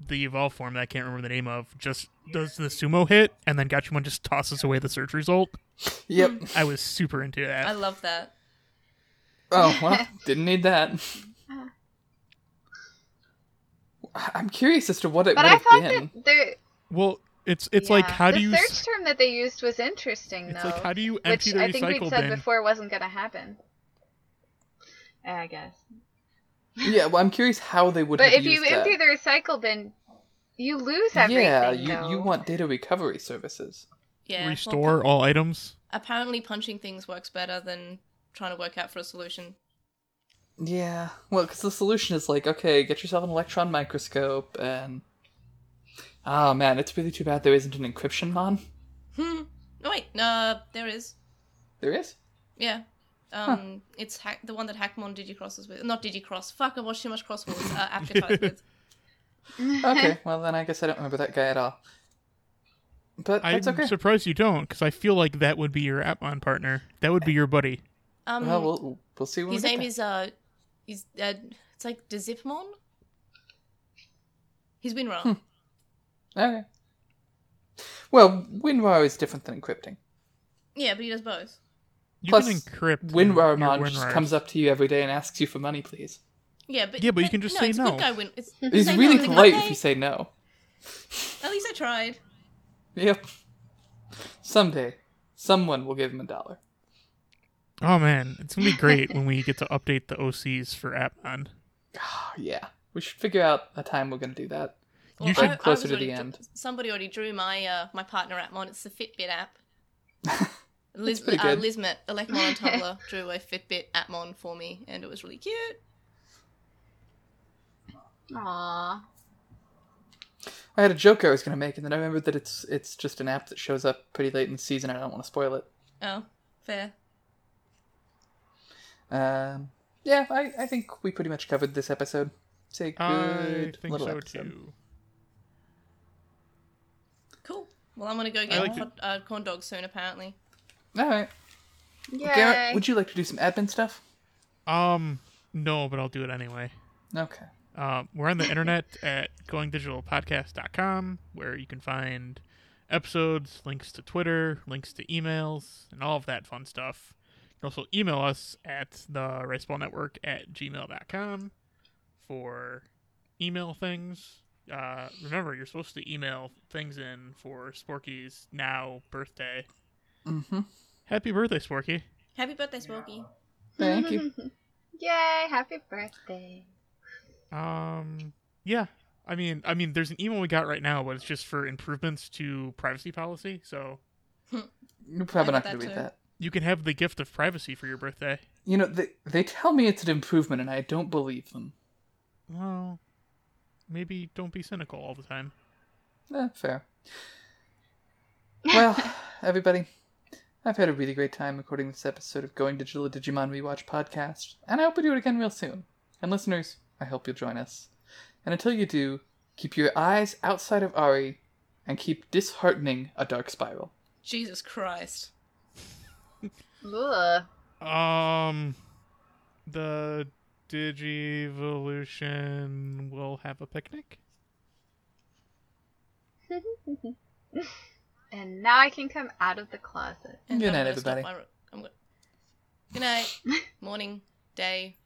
A: the evolve form that I can't remember the name of just does the sumo hit, and then Gatchaman just tosses away the search result.
F: Hmm.
C: Yep.
A: I was super into that.
B: I love that.
C: Oh well, didn't need that.
F: Ah.
C: I- I'm curious as to what it would
F: But I
C: have
F: thought
C: been.
F: that there.
A: well, it's it's like
F: yeah.
A: how
F: the
A: do you
F: search
A: s-
F: term that they used was interesting
A: it's
F: though,
A: like how do you
F: which
A: empty the
F: I think we
A: recycle
F: said
A: bin?
F: before wasn't gonna happen. I guess.
C: Yeah, well, I'm curious how they would.
F: But
C: have
F: if you
C: used that.
F: empty the recycle bin, you lose everything.
C: yeah, you you
F: though.
C: want data recovery services.
B: Yeah, well,
A: Restore all items.
B: apparently punching things works better than trying to work out for a solution.
C: Yeah, well, because the solution is like, okay, get yourself an electron microscope, and oh man, it's really too bad there isn't an encryption mon.
B: Hmm. No, wait, no, there is.
C: There is.
B: Yeah. Um, it's hack- the one that Hackmon digicrosses with. Not digicross. Fuck, I watched too much crosswords. Uh, Aptifies with.
C: Okay, well then I guess I don't remember that guy at all. But
A: I'm
C: that's okay.
A: surprised you don't, because I feel like that would be your Atmon partner. That
F: Eh.
A: would be your buddy.
B: Um,
C: well, we'll we'll see. When
B: his
C: we get
B: name
C: there.
B: is uh, is uh, it's like Dezipmon. He's been
A: Hmm.
B: wrong.
C: okay. Well, WinRAR is different than encrypting.
B: Yeah, but he does both.
A: You
C: Plus,
A: can encrypt your- your
C: WinRAR mod just
A: WinRAR.
C: comes up to you every day and asks you for money, please.
B: Yeah, but
A: Yeah, but you can just
B: no,
A: say
B: it's
A: no.
B: Good guy win- it's,
C: He's
B: say no,
C: really
B: it's like,
C: polite if
B: okay,
C: you say no.
B: At least I tried.
C: Yep. Someday, someone will give him a dollar.
A: Oh man, it's gonna be great when we get to update the OCs for Atmon.
C: Oh, yeah. We should figure out a time we're going to do that.
A: You
B: Well,
A: should-
B: I- I was
C: Closer to the
B: already dr-
C: end.
B: somebody already drew my uh, my partner Atmon. It's the Fitbit app.
C: It's
B: Liz, uh,
C: pretty good.
B: Lizmet, Elecmon and Tumblr drew a Fitbit Atmon for me, and it was really cute.
F: Aww.
C: I had a joke I was going to make, and then I remembered that it's it's just an app that shows up pretty late in the season. and I don't want to spoil it.
B: Oh, fair.
C: Um, yeah, I, I think we pretty much covered this episode. It's a
A: I
C: good
A: think
C: little
A: so
C: episode.
A: too.
B: Cool. Well, I'm gonna go get
A: like
B: hot, uh, corn dogs soon. Apparently,
C: All right.
F: Yeah.
C: Garrett, would you like to do some admin stuff?
A: Um, no, but I'll do it anyway.
C: Okay.
A: Uh, we're on the internet at goingdigitalpodcast.com, where you can find episodes, links to Twitter, links to emails, and all of that fun stuff. You can also email us at the Riceball Network at gmail.com for email things. Uh, remember, you're supposed to email things in for Sporky's now birthday.
C: Mm-hmm.
A: Happy birthday, Sporky.
B: happy birthday, Sporky.
C: Thank you.
F: Yay! Happy birthday.
A: Um, yeah. I mean, I mean, there's an email we got right now, but it's just for improvements to privacy policy. So
C: You're probably
B: I
C: not
B: got that
C: going to read
B: too.
C: that.
A: you can have the gift of privacy for your birthday.
C: You know, they, they tell me it's an improvement, and I don't believe them.
A: Well, maybe don't be cynical all the time.
C: Eh, fair. Well, everybody, I've had a really great time recording this episode of Going Digital a Digimon Rewatch podcast, and I hope we do it again real soon. And listeners, I hope you'll join us. And until you do, keep your eyes outside of Ari and keep disheartening a dark spiral.
B: Jesus Christ.
F: Ugh.
A: Um, the Digivolution will have a picnic.
F: And now I can come out of the closet.
B: And
C: Good
B: I'm
C: night,
B: gonna stop
C: everybody.
B: my re- I'm go- Good night, morning, day,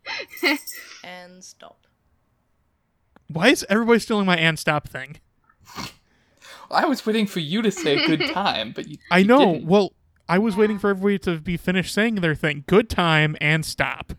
B: and stop.
A: Why is everybody stealing my and stop thing?
C: I was waiting for you to say good time, but you,
A: I
C: you
A: know.
C: didn't.
A: Well, I was waiting for everybody to be finished saying their thing. Good time and stop.